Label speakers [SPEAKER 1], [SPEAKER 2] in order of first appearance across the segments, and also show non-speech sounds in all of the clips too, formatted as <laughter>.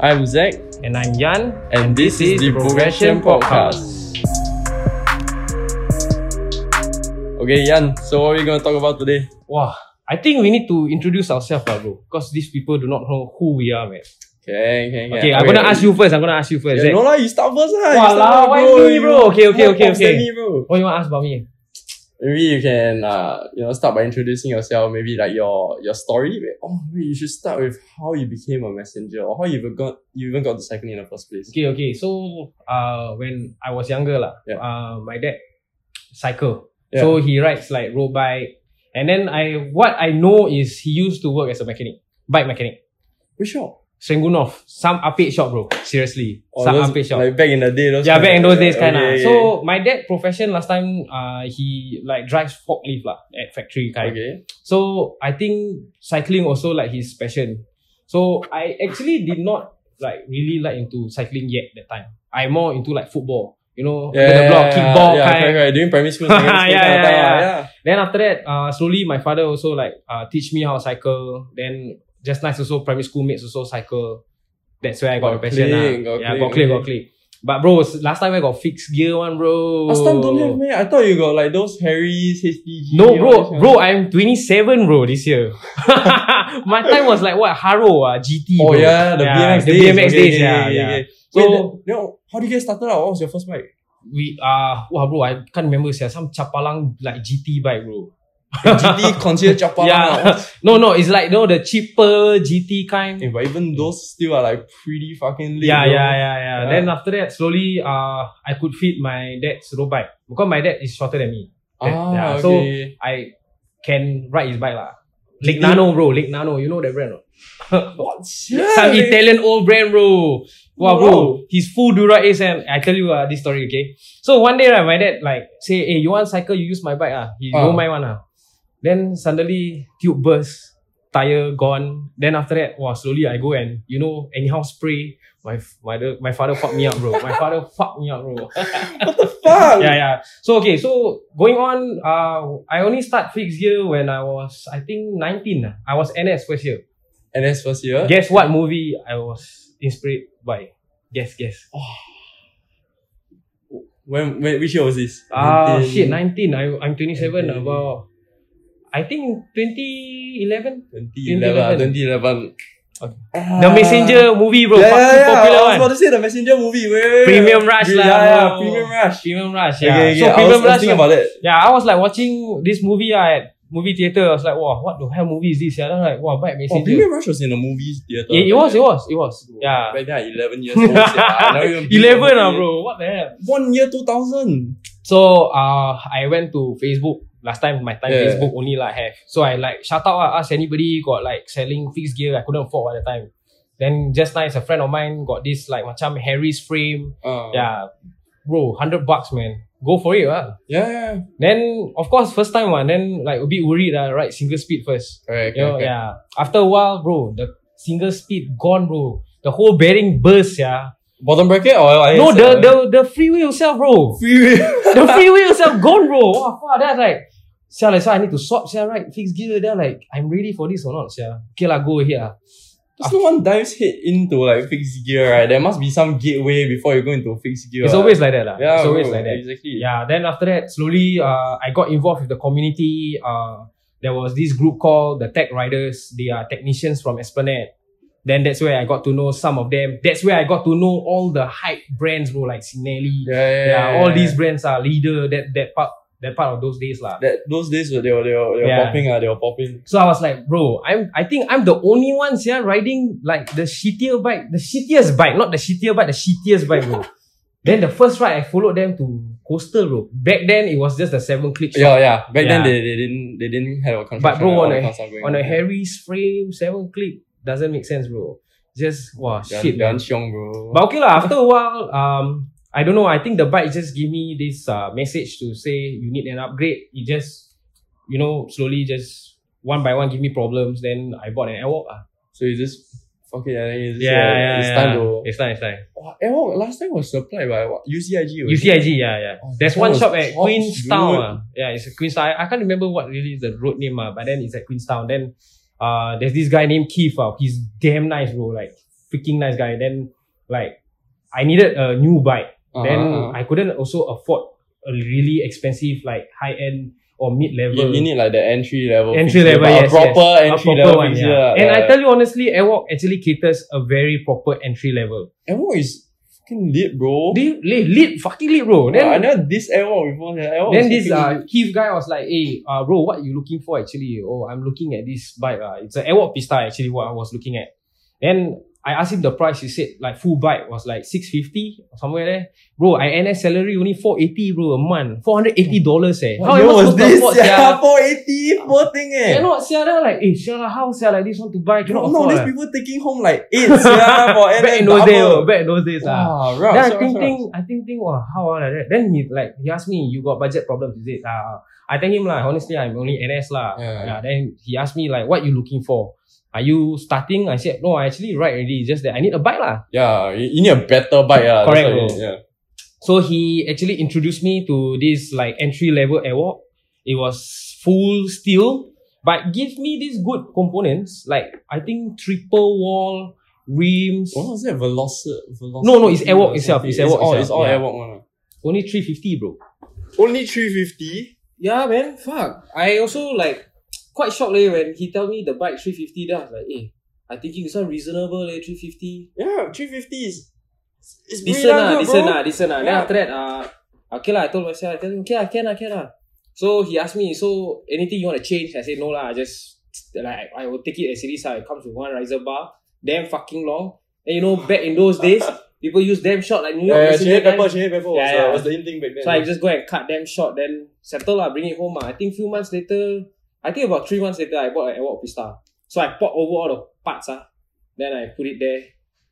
[SPEAKER 1] I'm Zach,
[SPEAKER 2] And I'm Yan.
[SPEAKER 1] and this is the Progression Podcast. Okay, Yan, so what are we going to talk about today?
[SPEAKER 2] Wow. I think we need to introduce ourselves, lah, bro. Because these people do not know who we are, man.
[SPEAKER 1] Okay, okay,
[SPEAKER 2] Okay, I'm gonna ask you first. I'm gonna ask you first.
[SPEAKER 1] Yeah,
[SPEAKER 2] Zach.
[SPEAKER 1] no lah, you start first lah. you
[SPEAKER 2] Walao,
[SPEAKER 1] start first,
[SPEAKER 2] why me,
[SPEAKER 1] You
[SPEAKER 2] bro? Okay, okay,
[SPEAKER 1] more
[SPEAKER 2] okay,
[SPEAKER 1] pops
[SPEAKER 2] okay.
[SPEAKER 1] than me, bro.
[SPEAKER 2] What you want to ask about me?
[SPEAKER 1] Maybe you can, uh, you know, start by introducing yourself. Maybe like your your story. Wait, Oh, wait, you should start with how you became a messenger or how you even got you even got to cycling in the first place.
[SPEAKER 2] Okay, okay. So, uh, when I was younger, lah,
[SPEAKER 1] Yeah.
[SPEAKER 2] uh, my dad cycle.
[SPEAKER 1] Yeah.
[SPEAKER 2] So he rides like road bike, and then I what I know is he used to work as a mechanic, bike mechanic.
[SPEAKER 1] Which shop?
[SPEAKER 2] Senggunov, some update shop, bro. Seriously,
[SPEAKER 1] Or
[SPEAKER 2] some
[SPEAKER 1] Oh, those-
[SPEAKER 2] update shop.
[SPEAKER 1] Like back in the day, those
[SPEAKER 2] yeah, back in those days,
[SPEAKER 1] kind
[SPEAKER 2] kind
[SPEAKER 1] of
[SPEAKER 2] of.
[SPEAKER 1] okay, okay.
[SPEAKER 2] So my dad profession last time, uh, he like drives forklift lah at factory kind.
[SPEAKER 1] okay.
[SPEAKER 2] So I think cycling also like his passion. So I actually did not like really like into cycling yet that time. I more into like football. You know, under the block, kickball
[SPEAKER 1] yeah,
[SPEAKER 2] kind.
[SPEAKER 1] correct, correct. During primary school,
[SPEAKER 2] <laughs>
[SPEAKER 1] secondary school
[SPEAKER 2] Yeah,
[SPEAKER 1] kind of
[SPEAKER 2] yeah,
[SPEAKER 1] time,
[SPEAKER 2] yeah.
[SPEAKER 1] yeah.
[SPEAKER 2] Then after that, uh, slowly my father also like uh, teach me how to cycle. Then just nice also primary school mates also cycle. That's where I got,
[SPEAKER 1] Got
[SPEAKER 2] the passion
[SPEAKER 1] click,
[SPEAKER 2] lah.
[SPEAKER 1] got
[SPEAKER 2] yeah,
[SPEAKER 1] click,
[SPEAKER 2] got click,
[SPEAKER 1] okay.
[SPEAKER 2] got click. But bro, s- last time I got fixed gear one, bro.
[SPEAKER 1] Last time don't have man. I thought you got like those Harry's HPG. all
[SPEAKER 2] No,
[SPEAKER 1] this
[SPEAKER 2] bro,
[SPEAKER 1] kind
[SPEAKER 2] bro,
[SPEAKER 1] of-
[SPEAKER 2] I'm 27, bro, this year. <laughs> my time was like what Haro, uh, GT.
[SPEAKER 1] Oh
[SPEAKER 2] bro.
[SPEAKER 1] yeah, the BMX
[SPEAKER 2] the
[SPEAKER 1] days.
[SPEAKER 2] BMX
[SPEAKER 1] okay,
[SPEAKER 2] days,
[SPEAKER 1] okay,
[SPEAKER 2] yeah,
[SPEAKER 1] okay,
[SPEAKER 2] yeah.
[SPEAKER 1] okay.
[SPEAKER 2] So
[SPEAKER 1] Wait, then- then how did you get started out? What was your first
[SPEAKER 2] <laughs>
[SPEAKER 1] bike?
[SPEAKER 2] we uh, wow, bro, I can't remember. Sia, some chapalang like GT bike, bro.
[SPEAKER 1] GT considered Chapa.
[SPEAKER 2] Yeah. <laughs> No, no, it's like no the cheaper GT kind.
[SPEAKER 1] Eh, but even those still are like pretty fucking late.
[SPEAKER 2] yeah,
[SPEAKER 1] bro.
[SPEAKER 2] yeah, yeah, yeah,
[SPEAKER 1] Yeah.
[SPEAKER 2] Then after that, slowly, uh, I could fit my dad's road bike because my dad is shorter than me. That-
[SPEAKER 1] Ah,
[SPEAKER 2] yeah, so-
[SPEAKER 1] okay.
[SPEAKER 2] I can ride his bike lah. Lake
[SPEAKER 1] GT?
[SPEAKER 2] Nano, bro. Lake Nano, you know that brand, or not?
[SPEAKER 1] what?
[SPEAKER 2] Some Italian old brand, bro. Wow,
[SPEAKER 1] Wow.
[SPEAKER 2] bro. He's full Dura Ace and I tell you uh, this story, okay? So one day, right, my dad like say, hey, you want cycle, you use my bike. Ah. He
[SPEAKER 1] Ah.
[SPEAKER 2] don't mind one. Ah. Then suddenly, tube burst, tire gone. Then after that, wow, slowly I go and, you know, anyhow spray. My f- my, da- my father fucked me up, bro. My father <laughs> fucked me up, bro.
[SPEAKER 1] Fuck.
[SPEAKER 2] yeah, yeah. So, okay, so going on, uh, I only start fixed gear when I was, I think, 19. ah. I was NS first year.
[SPEAKER 1] And that's first year.
[SPEAKER 2] Guess what movie I was inspired by? Guess, guess.
[SPEAKER 1] Oh, When, when which year was this?
[SPEAKER 2] Ah, shit,
[SPEAKER 1] 19,
[SPEAKER 2] 19. I, I'm 27,
[SPEAKER 1] Nineteen.
[SPEAKER 2] about, I think 2011.
[SPEAKER 1] 2011. 2011.
[SPEAKER 2] the Messenger movie, bro.
[SPEAKER 1] Ah. yeah,
[SPEAKER 2] fucking
[SPEAKER 1] yeah, yeah.
[SPEAKER 2] popular
[SPEAKER 1] I was
[SPEAKER 2] one.
[SPEAKER 1] about to say the Messenger movie. Wait, wait, wait.
[SPEAKER 2] Premium Rush
[SPEAKER 1] yeah,
[SPEAKER 2] lah,
[SPEAKER 1] Yeah,
[SPEAKER 2] bro.
[SPEAKER 1] Premium Rush.
[SPEAKER 2] Premium Rush,
[SPEAKER 1] Yeah,
[SPEAKER 2] yeah.
[SPEAKER 1] okay, okay.
[SPEAKER 2] So,
[SPEAKER 1] I was,
[SPEAKER 2] Premium
[SPEAKER 1] I was
[SPEAKER 2] Rush.
[SPEAKER 1] thinking
[SPEAKER 2] like-
[SPEAKER 1] about that.
[SPEAKER 2] yeah, I was like watching this movie ah, at movie theater. I was like, wow, what the hell movie is this? Yeah, then I'm like, wow, bad
[SPEAKER 1] Oh,
[SPEAKER 2] Messenger.
[SPEAKER 1] Premium Rush was in a movie theater.
[SPEAKER 2] it, it was, it was, it was. Yeah.
[SPEAKER 1] Back then, I 11 years
[SPEAKER 2] <laughs>
[SPEAKER 1] old. sia. I never even been
[SPEAKER 2] 11 ah,
[SPEAKER 1] on it.
[SPEAKER 2] bro. What the hell?
[SPEAKER 1] One year 2000.
[SPEAKER 2] So uh, I went to Facebook last time. My time
[SPEAKER 1] Yeah.
[SPEAKER 2] Facebook only like have. So I like shout out uh, ask anybody got like selling fixed gear. I couldn't afford at the time. Then just nice a friend of mine got this like macam Harry's frame.
[SPEAKER 1] Uh,
[SPEAKER 2] Yeah, bro, hundred bucks man. Go for it, ah.
[SPEAKER 1] Yeah, yeah.
[SPEAKER 2] Then of course first time one. Then like a bit worried, ah, right? Single speed first.
[SPEAKER 1] Correct,
[SPEAKER 2] You know, yeah. After a while, bro, the single speed gone, bro. The whole bearing burst, yeah.
[SPEAKER 1] Bottom bracket or I
[SPEAKER 2] No, the the the freewheel itself, bro
[SPEAKER 1] freeway.
[SPEAKER 2] <laughs> the free will itself gone, bro. Wow, fuck, that's like, sia, like, so I need to swap, sia, right? Fix gear. They're like, I'm ready for this or not, sia. Okay, lah, go ahead. lah.
[SPEAKER 1] There's no one dives head into like fixed gear, right? There must be some gateway before you go into fixed gear.
[SPEAKER 2] It's
[SPEAKER 1] right?
[SPEAKER 2] always like that, lah.
[SPEAKER 1] yeah,
[SPEAKER 2] it's always
[SPEAKER 1] bro,
[SPEAKER 2] like that.
[SPEAKER 1] Exactly.
[SPEAKER 2] Yeah, then after that, slowly, uh, I got involved with the community. Uh, there was this group called the Tech Riders. They are technicians from Esplanade. Then that's where I got to know some of them. That's where I got to know all the hype brands, bro, like Sinelli.
[SPEAKER 1] Yeah, yeah,
[SPEAKER 2] Yeah, all these
[SPEAKER 1] yeah.
[SPEAKER 2] brands are leader. That that part, that part of those days, lah.
[SPEAKER 1] That, those days were they were they were, they were
[SPEAKER 2] Yeah.
[SPEAKER 1] popping, uh, they were popping.
[SPEAKER 2] So I was like, bro, I'm I think I'm the only one here riding like the shittier bike, the shittiest bike, not the shittier bike, the shittiest bike, bro. then the first ride I followed them to coastal bro. Back then it was just the seven click shop.
[SPEAKER 1] Yeah, yeah. Back then
[SPEAKER 2] Yeah.
[SPEAKER 1] they, they didn't they didn't have a construction.
[SPEAKER 2] But bro,
[SPEAKER 1] and all
[SPEAKER 2] on
[SPEAKER 1] that
[SPEAKER 2] a-
[SPEAKER 1] kind of stuff going
[SPEAKER 2] On a Harry's frame, seven click doesn't make sense, bro. Just wow
[SPEAKER 1] They are-
[SPEAKER 2] shit.
[SPEAKER 1] they are
[SPEAKER 2] Man.
[SPEAKER 1] strong, bro.
[SPEAKER 2] But okay, lah, after a while, um I don't know, I think the bike just gave me this uh, message to say you need an upgrade. It just you know, slowly just one by one give me problems. Then I bought an Airwalk. ah.
[SPEAKER 1] So you just fuck it. I think it's,
[SPEAKER 2] yeah,
[SPEAKER 1] uh,
[SPEAKER 2] yeah,
[SPEAKER 1] it's
[SPEAKER 2] yeah.
[SPEAKER 1] time to.
[SPEAKER 2] It's time, it's time.
[SPEAKER 1] Wow, eh, what- last time was supplied by what? UCIG. was it?
[SPEAKER 2] UCIG, yeah, yeah.
[SPEAKER 1] Oh,
[SPEAKER 2] There's
[SPEAKER 1] that
[SPEAKER 2] one
[SPEAKER 1] was
[SPEAKER 2] shop at
[SPEAKER 1] tops,
[SPEAKER 2] Queenstown.
[SPEAKER 1] dude.
[SPEAKER 2] ah. Yeah, it's a Queenstown. I, I can't remember what really is the road name, ah, but then it's at Queenstown. Then uh, there's this guy named Keith. ah. He's damn nice, bro. Like freaking nice guy. Then like I needed a new bike.
[SPEAKER 1] Uh-huh,
[SPEAKER 2] then
[SPEAKER 1] uh-huh.
[SPEAKER 2] I couldn't also afford a really expensive like high end or mid
[SPEAKER 1] You,
[SPEAKER 2] level
[SPEAKER 1] you need like the entry level.
[SPEAKER 2] entry
[SPEAKER 1] fixture,
[SPEAKER 2] level,
[SPEAKER 1] but
[SPEAKER 2] yes,
[SPEAKER 1] a proper
[SPEAKER 2] yes.
[SPEAKER 1] entry
[SPEAKER 2] a proper
[SPEAKER 1] level.
[SPEAKER 2] one,
[SPEAKER 1] fixture,
[SPEAKER 2] yeah.
[SPEAKER 1] like
[SPEAKER 2] And I
[SPEAKER 1] that.
[SPEAKER 2] tell you honestly, Airwalk actually caters a very proper entry level.
[SPEAKER 1] Airwalk Eh, is fucking lit, bro.
[SPEAKER 2] They lit, lit fucking lit, bro.
[SPEAKER 1] Bro, I
[SPEAKER 2] Then,
[SPEAKER 1] never this Airwalk before. yeah. Airwalk <laughs> is
[SPEAKER 2] then this
[SPEAKER 1] fucking
[SPEAKER 2] uh
[SPEAKER 1] lit.
[SPEAKER 2] Keith guy was like, "Hey, uh, bro, what you looking for actually? Oh, I'm looking at this bike. Uh, it's an Airwalk Pista actually. What I was looking at. Then I asked him the price. He said like full bike was like six fifty somewhere there. Bro, I NS salary only four eighty bro a month, four hundred eighty dollars eh.
[SPEAKER 1] What
[SPEAKER 2] am I
[SPEAKER 1] year was
[SPEAKER 2] supposed to
[SPEAKER 1] this?
[SPEAKER 2] afford, sia?
[SPEAKER 1] Yeah, 480, poor thing eh.
[SPEAKER 2] Cannot sia then I'm like eh sia lah, how sia like this want to buy
[SPEAKER 1] No,
[SPEAKER 2] cannot
[SPEAKER 1] no,
[SPEAKER 2] afford
[SPEAKER 1] these
[SPEAKER 2] eh.
[SPEAKER 1] people taking home like eight
[SPEAKER 2] <laughs>
[SPEAKER 1] yeah, for NS
[SPEAKER 2] back in those days,
[SPEAKER 1] double.
[SPEAKER 2] oh, back in those days ah.
[SPEAKER 1] Wow, right.
[SPEAKER 2] Then I
[SPEAKER 1] Oh, sure,
[SPEAKER 2] think,
[SPEAKER 1] sure.
[SPEAKER 2] think, I think, think, wow, how ah like that? Then he like he asked me, you got budget problems, is it? Uh, I tell him lah. Honestly, I'm only NS lah.
[SPEAKER 1] Yeah.
[SPEAKER 2] Then he asked me like, what you looking for? Are you starting? I said no. I actually ride already. It's Just that I need a bike lah.
[SPEAKER 1] Yeah, you, you need a better bike. Yeah,
[SPEAKER 2] Correct,
[SPEAKER 1] That's what
[SPEAKER 2] bro.
[SPEAKER 1] you- yeah.
[SPEAKER 2] So he actually introduced me to this like entry level Airwalk. It was full steel, but give me these good components like I think triple wall rims.
[SPEAKER 1] What was that? Veloci- velocity?
[SPEAKER 2] No, no, it's Airwalk
[SPEAKER 1] or
[SPEAKER 2] itself,
[SPEAKER 1] something.
[SPEAKER 2] it's Airwalk
[SPEAKER 1] all,
[SPEAKER 2] itself,
[SPEAKER 1] It's all
[SPEAKER 2] yeah.
[SPEAKER 1] Airwalk one. ah.
[SPEAKER 2] Only three fifty, bro.
[SPEAKER 1] Only 350?
[SPEAKER 2] Yeah, man. Fuck. I also like quite shocked leh when he tell me the bike 350 then I was like, eh, I thinking it's not reasonable leh, 350.
[SPEAKER 1] Yeah, 350 is... It's, it's
[SPEAKER 2] Decent
[SPEAKER 1] really
[SPEAKER 2] lah,
[SPEAKER 1] good,
[SPEAKER 2] decent
[SPEAKER 1] bro.
[SPEAKER 2] lah, decent lah. Then
[SPEAKER 1] Yeah.
[SPEAKER 2] after that, uh, okay lah, I told myself, I tell him, okay lah, can lah, can lah. So he asked me, so anything you want to change? I said, no lah, I just, like, I will take it as it is lah. It comes with one riser bar, damn fucking long. And you know, back in those days, people use damn short like New York.
[SPEAKER 1] Yeah, yeah,
[SPEAKER 2] Messenger
[SPEAKER 1] Chili
[SPEAKER 2] kind.
[SPEAKER 1] Pepper, Chili Pepper was,
[SPEAKER 2] Yeah, yeah.
[SPEAKER 1] Uh, was the in thing back then.
[SPEAKER 2] So I just go and cut them short, then settle lah, bring it home. lah. I think few months later, I think about three months later, I bought an Airwalk Pista. So I bought over all the parts, ah. then I put it there.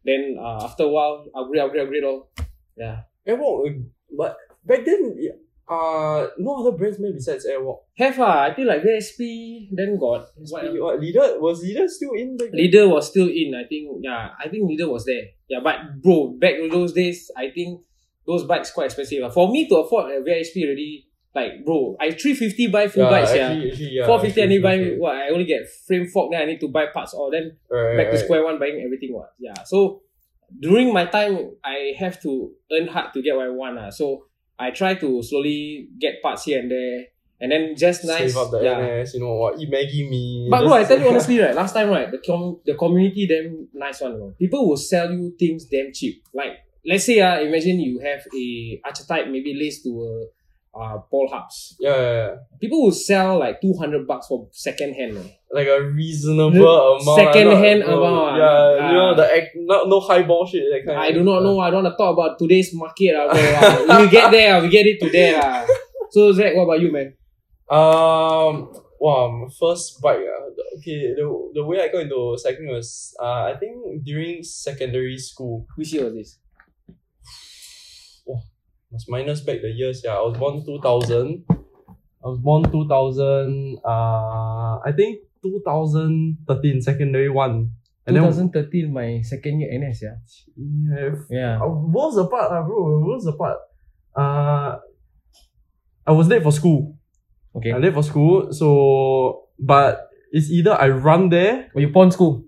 [SPEAKER 2] Then uh, after a while, upgrade, upgrade, upgrade all. Yeah.
[SPEAKER 1] Airwalk, uh, but back then, yeah, uh, no other brands made besides Airwalk.
[SPEAKER 2] Have ah, I think like VSP, then got what else?
[SPEAKER 1] What, leader, was Leader still in back then?
[SPEAKER 2] Leader was still in, I think. Yeah, I think leader was there. Yeah, but bro, back in those days, I think those bikes quite expensive. ah. For me to afford a VHP already, like bro, I three fifty buy full bikes, yeah.
[SPEAKER 1] actually, actually, yeah.
[SPEAKER 2] Four fifty, I need buy
[SPEAKER 1] Right,
[SPEAKER 2] what? I only get frame fork. Then I need to buy parts. Or then
[SPEAKER 1] right,
[SPEAKER 2] back to
[SPEAKER 1] right.
[SPEAKER 2] square one, buying everything. What? Yeah. So during my time, I have to earn hard to get what I want. Ah, so I try to slowly get parts here and there, and then just nice.
[SPEAKER 1] Save up the
[SPEAKER 2] yeah.
[SPEAKER 1] NS, you know, or eat Maggie mee.
[SPEAKER 2] But
[SPEAKER 1] just-
[SPEAKER 2] bro,
[SPEAKER 1] <laughs>
[SPEAKER 2] I tell you honestly, right? Last time, right, the com- the community damn nice one. you know. People will sell you things damn cheap. Like let's say, ah, imagine you have a archetype maybe laced to a uh, Paul Hubs.
[SPEAKER 1] Yeah, yeah, yeah.
[SPEAKER 2] People will sell like two hundred bucks for second hand. you know.
[SPEAKER 1] like a reasonable amount.
[SPEAKER 2] Second
[SPEAKER 1] not-
[SPEAKER 2] hand
[SPEAKER 1] no,
[SPEAKER 2] amount,
[SPEAKER 1] Yeah,
[SPEAKER 2] ah.
[SPEAKER 1] you know the act, not, no highball shit. That kind
[SPEAKER 2] I do not know. I don't want to talk about today's market. ah, bro, ah. we get there. ah, We get it today. <laughs> ah. So Zach, what about you, man?
[SPEAKER 1] Um. Wow, my first bike. Uh, okay, the, the way I got into cycling was uh, I think during secondary school.
[SPEAKER 2] Which year was this?
[SPEAKER 1] Must minus back the years. Yeah, I was born two thousand. I was born two thousand. Uh, I think two thousand thirteen secondary one. And then
[SPEAKER 2] 2013, my second year NS. Yeah.
[SPEAKER 1] yeah,
[SPEAKER 2] Yeah.
[SPEAKER 1] Uh, worlds apart, uh, bro. Worlds apart. Uh, I was late for school.
[SPEAKER 2] Okay.
[SPEAKER 1] I late for school, so but it's either I run there.
[SPEAKER 2] Were Oh, you pawn school?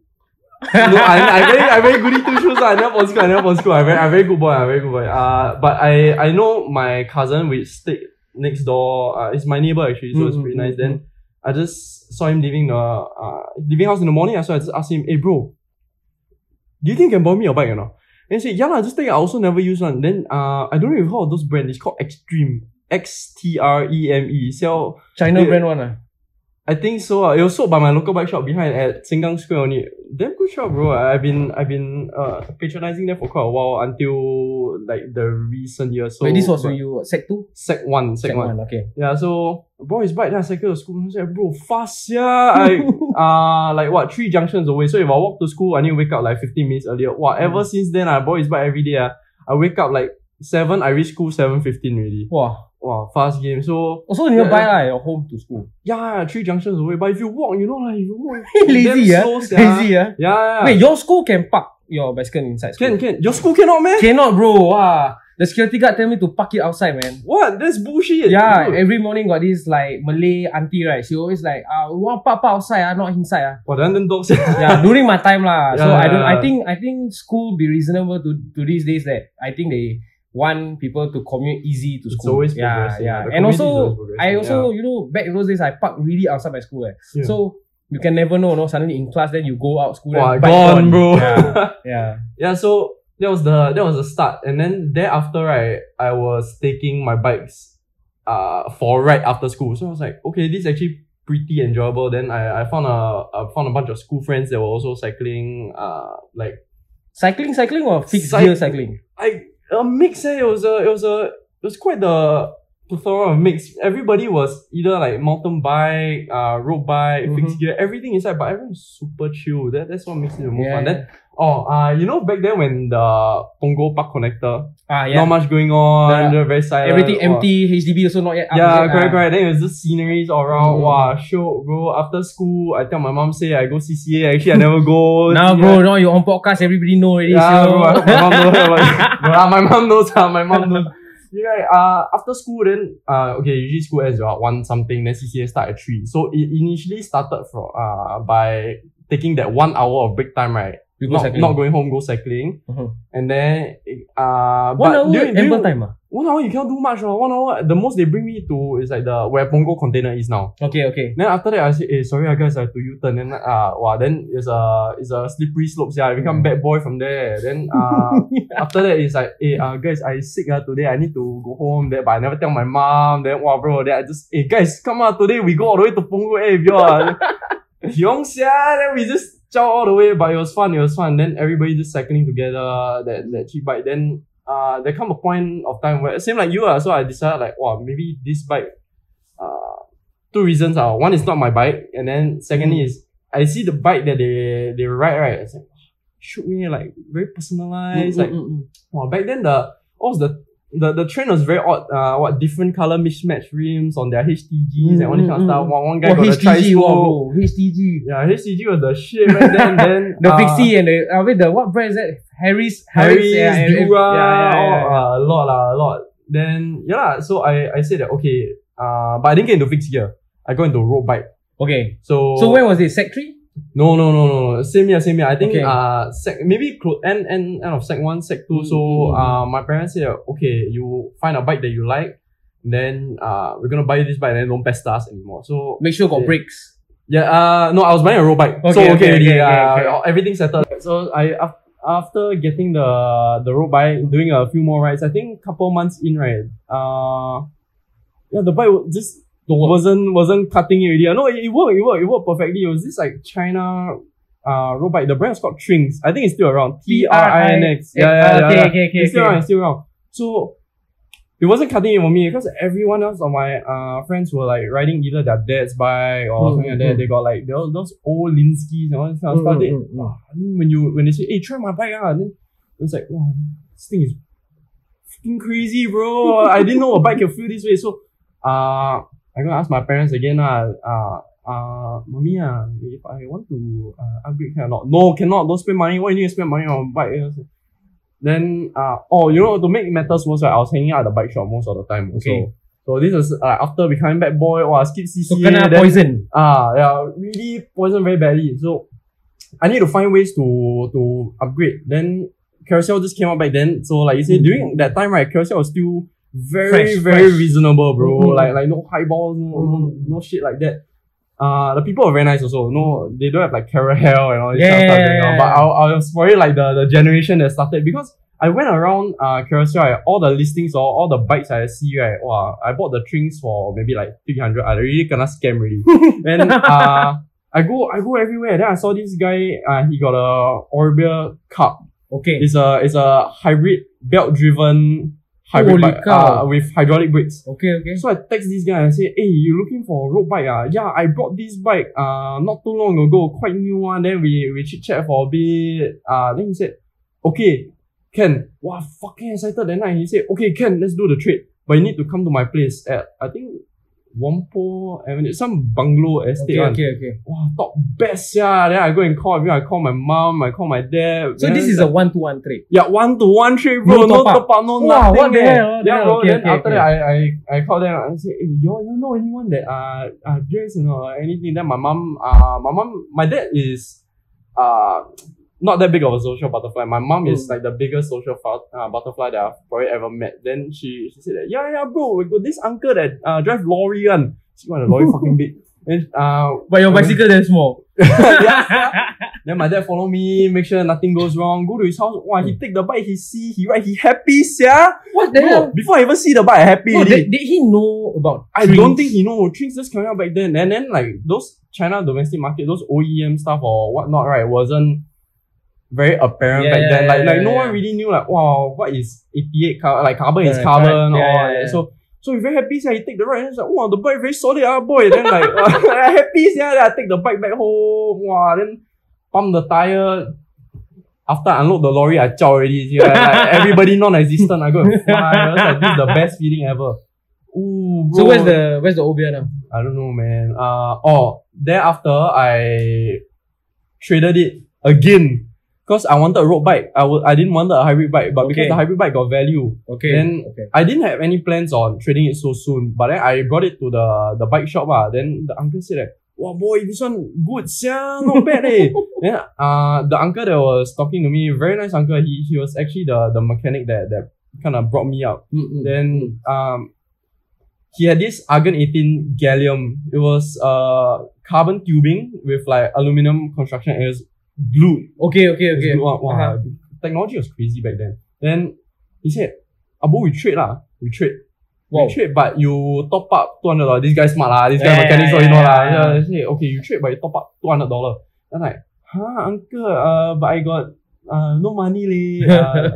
[SPEAKER 1] no, I, I very I very goody two shoes. lah. I never for school. I never for school. I very I very good boy. I very good boy. Uh, but I I know my cousin we stay next door. Uh, it's my neighbor actually, so it's
[SPEAKER 2] Mm,
[SPEAKER 1] pretty
[SPEAKER 2] mm,
[SPEAKER 1] nice.
[SPEAKER 2] mm,
[SPEAKER 1] Then I just saw him leaving the uh leaving house in the morning. So I just asked him, "Hey, bro, do you think you can borrow me your bike or not?" And he said, "Yeah, lah, just take. it. I also never use one." Then uh, I don't know if you heard of those brand. It's called Extreme. X T R E M E. Sell.
[SPEAKER 2] China
[SPEAKER 1] Yeah.
[SPEAKER 2] brand one. ah.
[SPEAKER 1] I think so. Uh, it was sold by my local bike shop behind at Sengkang Square only. Damn good shop, bro. I- I've been I've been uh patronizing them for quite a while until like the recent years. So
[SPEAKER 2] Wait, this was when you sec two.
[SPEAKER 1] sec one, sec,
[SPEAKER 2] Sec
[SPEAKER 1] one.
[SPEAKER 2] one. Okay.
[SPEAKER 1] Yeah, so I brought his bike, then I cycled to school. I was like, bro, fast yeah.
[SPEAKER 2] <laughs>
[SPEAKER 1] I uh like what three junctions away. So if I walk to school, I need to wake up like 15 minutes earlier. Wow,
[SPEAKER 2] Hmm.
[SPEAKER 1] ever since then I bought his bike every day. ah. I wake up like seven, I reach school 7.15 already.
[SPEAKER 2] Wow.
[SPEAKER 1] Wow, fast game. So
[SPEAKER 2] Also nearby lah, your home to
[SPEAKER 1] <laughs>
[SPEAKER 2] school.
[SPEAKER 1] yeah, three junctions away. But if you walk, you know, like if you
[SPEAKER 2] <laughs>
[SPEAKER 1] walk,
[SPEAKER 2] Lazy,
[SPEAKER 1] damn
[SPEAKER 2] yeah.
[SPEAKER 1] slow, sia.
[SPEAKER 2] Crazy ah.
[SPEAKER 1] Yeah, yeah.
[SPEAKER 2] Wait, your school can park your bicycle inside school?
[SPEAKER 1] can can your school cannot man?
[SPEAKER 2] Cannot, bro. Ah, The security guard tell me to park it outside, man.
[SPEAKER 1] What? That's bullshit. <laughs>
[SPEAKER 2] Yeah,
[SPEAKER 1] dude.
[SPEAKER 2] every morning got this like Malay auntie, right? She always like, uh, want park, park outside, ah, not inside.
[SPEAKER 1] <laughs>
[SPEAKER 2] Ah.
[SPEAKER 1] Wah, dan then dogs. yeah.
[SPEAKER 2] yeah, during my time lah. so
[SPEAKER 1] Yeah,
[SPEAKER 2] I don't.
[SPEAKER 1] yeah,
[SPEAKER 2] I
[SPEAKER 1] yeah.
[SPEAKER 2] think I think school be reasonable to to these days that I think they want people to commute easy to
[SPEAKER 1] It's
[SPEAKER 2] school.
[SPEAKER 1] always
[SPEAKER 2] yeah,
[SPEAKER 1] progressing,
[SPEAKER 2] yeah.
[SPEAKER 1] yeah. The
[SPEAKER 2] And
[SPEAKER 1] community is
[SPEAKER 2] also,
[SPEAKER 1] always
[SPEAKER 2] I
[SPEAKER 1] progressing,
[SPEAKER 2] also you know back in those days I parked really outside my school. Eh.
[SPEAKER 1] Yeah.
[SPEAKER 2] So you can never know. No, suddenly in class then you go out school.
[SPEAKER 1] Wah,
[SPEAKER 2] then bike
[SPEAKER 1] gone, bro.
[SPEAKER 2] Yeah,
[SPEAKER 1] <laughs>
[SPEAKER 2] yeah.
[SPEAKER 1] Yeah, so that was the that was the start, and then thereafter, right, I was taking my bikes, uh, for a ride after school. So I was like, okay, this is actually pretty enjoyable. Then I, I found a I found a bunch of school friends that were also cycling, uh, like
[SPEAKER 2] Cycling, cycling or fixed
[SPEAKER 1] Cyc-
[SPEAKER 2] gear cycling.
[SPEAKER 1] I a mix. Eh, it was a it was a it was quite the plethora of mix. Everybody was either like mountain bike, uh, road bike,
[SPEAKER 2] Mm-hmm.
[SPEAKER 1] fixed gear, everything inside. But everyone was super chill. That that's what makes it the most fun. Then oh, uh, you know back then when the Punggol Park connector.
[SPEAKER 2] Ah, yeah.
[SPEAKER 1] not much going on, very silent.
[SPEAKER 2] Everything
[SPEAKER 1] Wow.
[SPEAKER 2] empty. HDB also not yet.
[SPEAKER 1] uh,
[SPEAKER 2] up
[SPEAKER 1] Yeah,
[SPEAKER 2] yet,
[SPEAKER 1] correct,
[SPEAKER 2] ah.
[SPEAKER 1] correct. Then it was just sceneries all around.
[SPEAKER 2] Mm.
[SPEAKER 1] Wow, show, bro. After school, I tell my mom say I go CCA. Actually, I never go.
[SPEAKER 2] Now,
[SPEAKER 1] Yeah.
[SPEAKER 2] bro, now you're on podcast. Everybody know already.
[SPEAKER 1] Yeah,
[SPEAKER 2] so.
[SPEAKER 1] bro. I hope my mom <laughs> knows. no, lah, my mom knows. ah, my mom knows. You know, like, uh, after school, then uh, okay, usually school ends about one something. Then CCA start at three. So it initially started from uh by taking that one hour of break time, right?
[SPEAKER 2] You go
[SPEAKER 1] Not,
[SPEAKER 2] cycling.
[SPEAKER 1] not going home, go cycling,
[SPEAKER 2] Mhm.
[SPEAKER 1] and then uh,
[SPEAKER 2] One
[SPEAKER 1] but
[SPEAKER 2] hour
[SPEAKER 1] during- during-
[SPEAKER 2] ample time. ah.
[SPEAKER 1] One hour you cannot do much. Uh. One hour the most they bring me to is like the where Pongo container is now.
[SPEAKER 2] Okay, okay.
[SPEAKER 1] Then after that I say, hey, sorry ah, guys, I have to U turn. Then uh wow, then it's a it's a slippery slope. Yeah, I become bad boy from there. Then uh after that it's like hey uh guys, I sick uh, today. I need to go home. Then but I never tell my mom. Then wow bro, then I just hey guys, come on today we go all the way to Pongo. Hey, if you ah." are young yeah, then we just chow all the way. But it was fun. It was fun. Then everybody just cycling together. That that cheap bike. Then uh, there come a point of time where same like you are. So I decided like, wow, maybe this bike. Uh, two reasons are one is not my bike, and then
[SPEAKER 2] Mm.
[SPEAKER 1] secondly is I see the bike that they they ride right. It's like shoot me like very personalized.
[SPEAKER 2] Mm,
[SPEAKER 1] Like
[SPEAKER 2] mm, mm, mm.
[SPEAKER 1] wow, back then the what was the the, the trend was very odd. Uh, what different color mismatch rims on their HTGs and all this kind of
[SPEAKER 2] Mm, mm,
[SPEAKER 1] stuff.
[SPEAKER 2] mm.
[SPEAKER 1] One, one guy
[SPEAKER 2] Oh,
[SPEAKER 1] got a tri
[SPEAKER 2] HTG, wow, bro. HTG.
[SPEAKER 1] Yeah, HTG was the shit back
[SPEAKER 2] <laughs>
[SPEAKER 1] then. then
[SPEAKER 2] The
[SPEAKER 1] uh,
[SPEAKER 2] Pixie and the, uh, wait, the, what brand is that? Harris,
[SPEAKER 1] Harris,
[SPEAKER 2] yeah, Harris.
[SPEAKER 1] Dura,
[SPEAKER 2] yeah, yeah, yeah,
[SPEAKER 1] all,
[SPEAKER 2] yeah.
[SPEAKER 1] uh, a lot, lah, a lot. Then yeah, lah, so I, I said that okay, uh, but I didn't get into fixed gear. I got into road bike.
[SPEAKER 2] Okay.
[SPEAKER 1] So
[SPEAKER 2] So when was it? Sec 3?
[SPEAKER 1] No, no, no, no, no. Same year, same year. I think
[SPEAKER 2] Okay.
[SPEAKER 1] uh, sec maybe clo- end end end of sec one, sec two. So
[SPEAKER 2] Mm, mm,
[SPEAKER 1] uh, my parents said okay, you find a bike that you like. Then uh, we're gonna buy you this bike, and then don't pester us anymore. So
[SPEAKER 2] Make sure got
[SPEAKER 1] Yeah.
[SPEAKER 2] brakes.
[SPEAKER 1] yeah, uh, no, I was buying a road bike. so okay,
[SPEAKER 2] Okay, okay,
[SPEAKER 1] already,
[SPEAKER 2] okay,
[SPEAKER 1] uh,
[SPEAKER 2] okay, okay.
[SPEAKER 1] everything settled. So I af- after getting the the road bike, doing a few more rides. I think couple months in, right? Uh, yeah, the bike wa- just wasn't wasn't cutting it already. Uh, No, it, it worked, it worked, it worked perfectly. It was this like China uh road bike. The brand is called Trinx. I think it's still around. T R I N X. Yeah, yeah, yeah,
[SPEAKER 2] Uh, Okay,
[SPEAKER 1] yeah.
[SPEAKER 2] okay, okay.
[SPEAKER 1] It's still
[SPEAKER 2] okay.
[SPEAKER 1] around, it's still around. So it wasn't cutting it for me because everyone else of my uh friends were like riding either their dad's bike or
[SPEAKER 2] Mm,
[SPEAKER 1] something like that.
[SPEAKER 2] mm.
[SPEAKER 1] They got like those, those old Linskys and all this kind of
[SPEAKER 2] Mm,
[SPEAKER 1] stuff.
[SPEAKER 2] mm,
[SPEAKER 1] They-
[SPEAKER 2] mm, mm.
[SPEAKER 1] I mean, when you when they say, "Hey, try my bike," ah, then it was like, "Wow, this thing is freaking crazy, bro! I didn't know a bike can feel this way." So, uh, I'm gonna ask my parents again, ah, uh, uh, mommy, ah, if I want to uh, upgrade, can I not? No, cannot. Don't spend money. Why you need to spend money on bike? I was like- Then, uh, oh, you know, to make matters worse, right, I was hanging out at the bike shop most of the time.
[SPEAKER 2] Okay.
[SPEAKER 1] So, so this is uh, after becoming bad boy. Wow, skip CCA.
[SPEAKER 2] So kena
[SPEAKER 1] then-
[SPEAKER 2] poison.
[SPEAKER 1] Ah, yeah, really poison very badly. So I need to find ways to to upgrade. Then Carousel just came out back then. So like you say,
[SPEAKER 2] Mm.
[SPEAKER 1] during that time, right, Carousel was still very very
[SPEAKER 2] Fresh, fresh. Mm-hmm.
[SPEAKER 1] reasonable, bro.
[SPEAKER 2] Mm.
[SPEAKER 1] Like like no highballs, no, no no shit like that. Uh, the people are very nice also. No, they don't have like Carol Hell and all this kind of stuff.
[SPEAKER 2] Yeah,
[SPEAKER 1] going on.
[SPEAKER 2] yeah,
[SPEAKER 1] But
[SPEAKER 2] yeah.
[SPEAKER 1] I, I was worried like the, the generation that started because I went around uh Carousel, right, all the listings or all the bikes I see, right, wow, I bought the things for maybe like 300. I already gonna scam
[SPEAKER 2] <laughs>
[SPEAKER 1] already. then uh, I go I go everywhere. Then I saw this guy, uh, he got a Orbea Cup.
[SPEAKER 2] Okay.
[SPEAKER 1] It's a it's a hybrid belt driven hybrid
[SPEAKER 2] Holy
[SPEAKER 1] bike
[SPEAKER 2] cow.
[SPEAKER 1] uh, with hydraulic brakes.
[SPEAKER 2] Okay, okay.
[SPEAKER 1] So I text this guy and I say, hey, you looking for a road bike? Ah? Yeah, I bought this bike uh, not too long ago, quite new one. Then we, we chit chat for a bit. Uh, then he said, okay, Ken. Wow, fucking excited that night. He said, okay, Ken, let's do the trade. But you need to come to my place at, I think, Whampoa Avenue, some bungalow estate.
[SPEAKER 2] Okay,
[SPEAKER 1] one.
[SPEAKER 2] okay, okay.
[SPEAKER 1] Wow, top best, yeah. Then I go and call everyone. I call my mom, I call my dad.
[SPEAKER 2] So
[SPEAKER 1] Then
[SPEAKER 2] this is a one-to-one trade.
[SPEAKER 1] yeah, one to one trip, bro.
[SPEAKER 2] No
[SPEAKER 1] No
[SPEAKER 2] top up.
[SPEAKER 1] top up, no
[SPEAKER 2] Wow,
[SPEAKER 1] nothing.
[SPEAKER 2] what the
[SPEAKER 1] eh.
[SPEAKER 2] hell, what the
[SPEAKER 1] yeah,
[SPEAKER 2] hell.
[SPEAKER 1] bro.
[SPEAKER 2] Okay,
[SPEAKER 1] then
[SPEAKER 2] okay,
[SPEAKER 1] after
[SPEAKER 2] okay.
[SPEAKER 1] that, I, I I called them and I said, hey, yo, you know anyone that uh uh drinks you know anything? Then my mom, uh, my mom, my dad is, uh, not that big of a social butterfly. My mom is
[SPEAKER 2] Mm.
[SPEAKER 1] like the biggest social fu- uh, butterfly that I've probably ever met. Then she she said that, yeah, yeah, bro, we got this uncle that uh drive lorry one. See what the
[SPEAKER 2] <laughs>
[SPEAKER 1] lorry fucking big. And uh,
[SPEAKER 2] But your
[SPEAKER 1] Okay.
[SPEAKER 2] bicycle then small.
[SPEAKER 1] Then my dad follow me, make sure nothing goes wrong. Go to his house. Wow, he take the bike, he see, he ride, he happy, sia.
[SPEAKER 2] <laughs> what the
[SPEAKER 1] Bro,
[SPEAKER 2] hell?
[SPEAKER 1] before I even see the bike, I happy.
[SPEAKER 2] No,
[SPEAKER 1] already.
[SPEAKER 2] did, did he know about?
[SPEAKER 1] I
[SPEAKER 2] drinks?
[SPEAKER 1] don't think he know drinks just coming out back then. And then like those China domestic market, those OEM stuff or whatnot, right, wasn't very apparent
[SPEAKER 2] Yeah,
[SPEAKER 1] back
[SPEAKER 2] yeah,
[SPEAKER 1] then.
[SPEAKER 2] yeah,
[SPEAKER 1] Like like
[SPEAKER 2] yeah,
[SPEAKER 1] no
[SPEAKER 2] yeah.
[SPEAKER 1] one really knew like wow, what is eighty eight car like carbon is
[SPEAKER 2] Correct,
[SPEAKER 1] carbon
[SPEAKER 2] correct.
[SPEAKER 1] or
[SPEAKER 2] Yeah,
[SPEAKER 1] all
[SPEAKER 2] yeah,
[SPEAKER 1] that.
[SPEAKER 2] yeah.
[SPEAKER 1] so so he very happy, so he take the ride and he's like, wow, the bike very solid, ah boy. Then like <laughs> I happy, yeah, then I take the bike back home, wow, then pump the tire. After I unload the lorry, I chow already. see, Like, like,
[SPEAKER 2] <laughs>
[SPEAKER 1] everybody non-existent. I go and fly. I was like, this is the best feeling ever. Ooh, bro.
[SPEAKER 2] So where's the where's the Obia now?
[SPEAKER 1] I don't know, man. Uh, oh, thereafter I traded it again because I wanted a road bike. I w- I didn't want a hybrid bike, but because
[SPEAKER 2] Okay.
[SPEAKER 1] the hybrid bike got value,
[SPEAKER 2] Okay.
[SPEAKER 1] Then-
[SPEAKER 2] okay.
[SPEAKER 1] I didn't have any plans on trading it so soon. But then I brought it to the the bike shop. Ah, then the uncle said that, "Wow, boy, this one good, sia, not bad eh." then uh, the uncle that was talking to me, very nice uncle. He he was actually the the mechanic that that kind of brought me up.
[SPEAKER 2] Mm-mm.
[SPEAKER 1] Then um, he had this argon eighteen gallium. It was uh carbon tubing with like aluminum construction. and It was glued.
[SPEAKER 2] okay, okay,
[SPEAKER 1] It was
[SPEAKER 2] okay.
[SPEAKER 1] glued on. Wow,
[SPEAKER 2] Uh-huh.
[SPEAKER 1] technology was crazy back then. Then he said, "Abu, we trade lah. We trade.
[SPEAKER 2] Wow.
[SPEAKER 1] You trade, but you top up two hundred dollars. This guy smart lah. This guy
[SPEAKER 2] Yeah,
[SPEAKER 1] mechanic,
[SPEAKER 2] yeah,
[SPEAKER 1] so you
[SPEAKER 2] yeah,
[SPEAKER 1] know
[SPEAKER 2] yeah,
[SPEAKER 1] lah.
[SPEAKER 2] yeah.
[SPEAKER 1] Yeah, I say, okay, you trade, but you top up two hundred dollars. Then like, huh, uncle, uh, but I got uh no money leh.
[SPEAKER 2] <laughs>
[SPEAKER 1] Uh,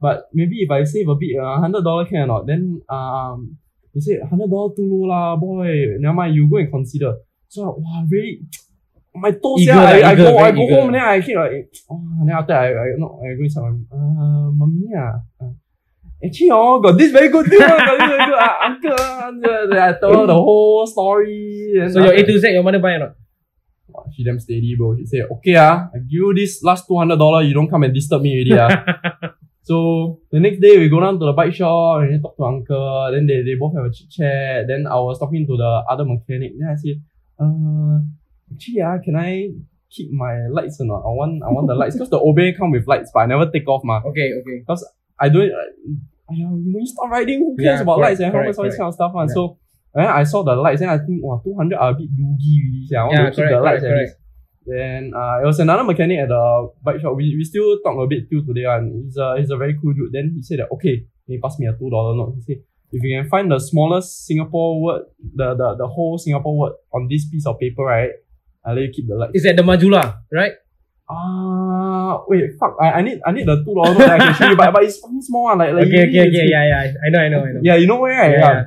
[SPEAKER 1] but maybe if I save a bit, uh, hundred dollar can or not? Then um, he said hundred dollar too low lah, boy. Never mind, you go and consider. So wow, really, my toes
[SPEAKER 2] Eager
[SPEAKER 1] yeah, I,
[SPEAKER 2] lah,
[SPEAKER 1] I
[SPEAKER 2] eager,
[SPEAKER 1] go I
[SPEAKER 2] very
[SPEAKER 1] go
[SPEAKER 2] eager.
[SPEAKER 1] home then I keep like, oh, then after I I no I go inside my uh, mommy ah. Uh, Actually, oh, got this very good deal, ah, got this very good, ah, uncle. ah, then I told her the whole story. And
[SPEAKER 2] so your A to Z, your mother buy or not?
[SPEAKER 1] Wow, she damn steady, bro. She said, okay, ah, I give you this last two hundred dollar. You don't come and disturb me already, ah. so the next day we go down to the bike shop and then talk to uncle. Then they, they both have a chit chat. Then I was talking to the other mechanic. Then I said, uh, actually, ah, can I keep my lights or not? I want I want the lights because the Obey come with lights, but I never take off, ma.
[SPEAKER 2] Okay, okay.
[SPEAKER 1] I don't. Uh, !aiya, when you start riding, who cares
[SPEAKER 2] Yeah,
[SPEAKER 1] about
[SPEAKER 2] correct,
[SPEAKER 1] lights and helmets,
[SPEAKER 2] correct,
[SPEAKER 1] all this
[SPEAKER 2] correct.
[SPEAKER 1] kind of stuff, man.
[SPEAKER 2] Yeah.
[SPEAKER 1] So. And I saw the lights and I think, wow, 200 are a bit doogie really. sia. I want
[SPEAKER 2] Yeah,
[SPEAKER 1] to keep the
[SPEAKER 2] correct,
[SPEAKER 1] lights
[SPEAKER 2] correct,
[SPEAKER 1] at least.
[SPEAKER 2] correct.
[SPEAKER 1] Then uh, it was another mechanic at the bike shop. We, we still talk a bit till today. And he's a he's a very cool dude. Then he said that okay, he passed me a two dollar note. He said if you can find the smallest Singapore word, the the, the whole Singapore word on this piece of paper, right? I'll let you keep the light.
[SPEAKER 2] It's at the Majula, right?
[SPEAKER 1] Ah, wait, fuck! I, I need I need the two dollar note that I can show you, but, but it's fucking small one. Like, like
[SPEAKER 2] okay,
[SPEAKER 1] really,
[SPEAKER 2] okay,
[SPEAKER 1] it's
[SPEAKER 2] okay.
[SPEAKER 1] big.
[SPEAKER 2] Yeah, yeah. I- I know, I know, I know.
[SPEAKER 1] Yeah, you know where right?
[SPEAKER 2] Yeah,
[SPEAKER 1] Yeah.
[SPEAKER 2] yeah.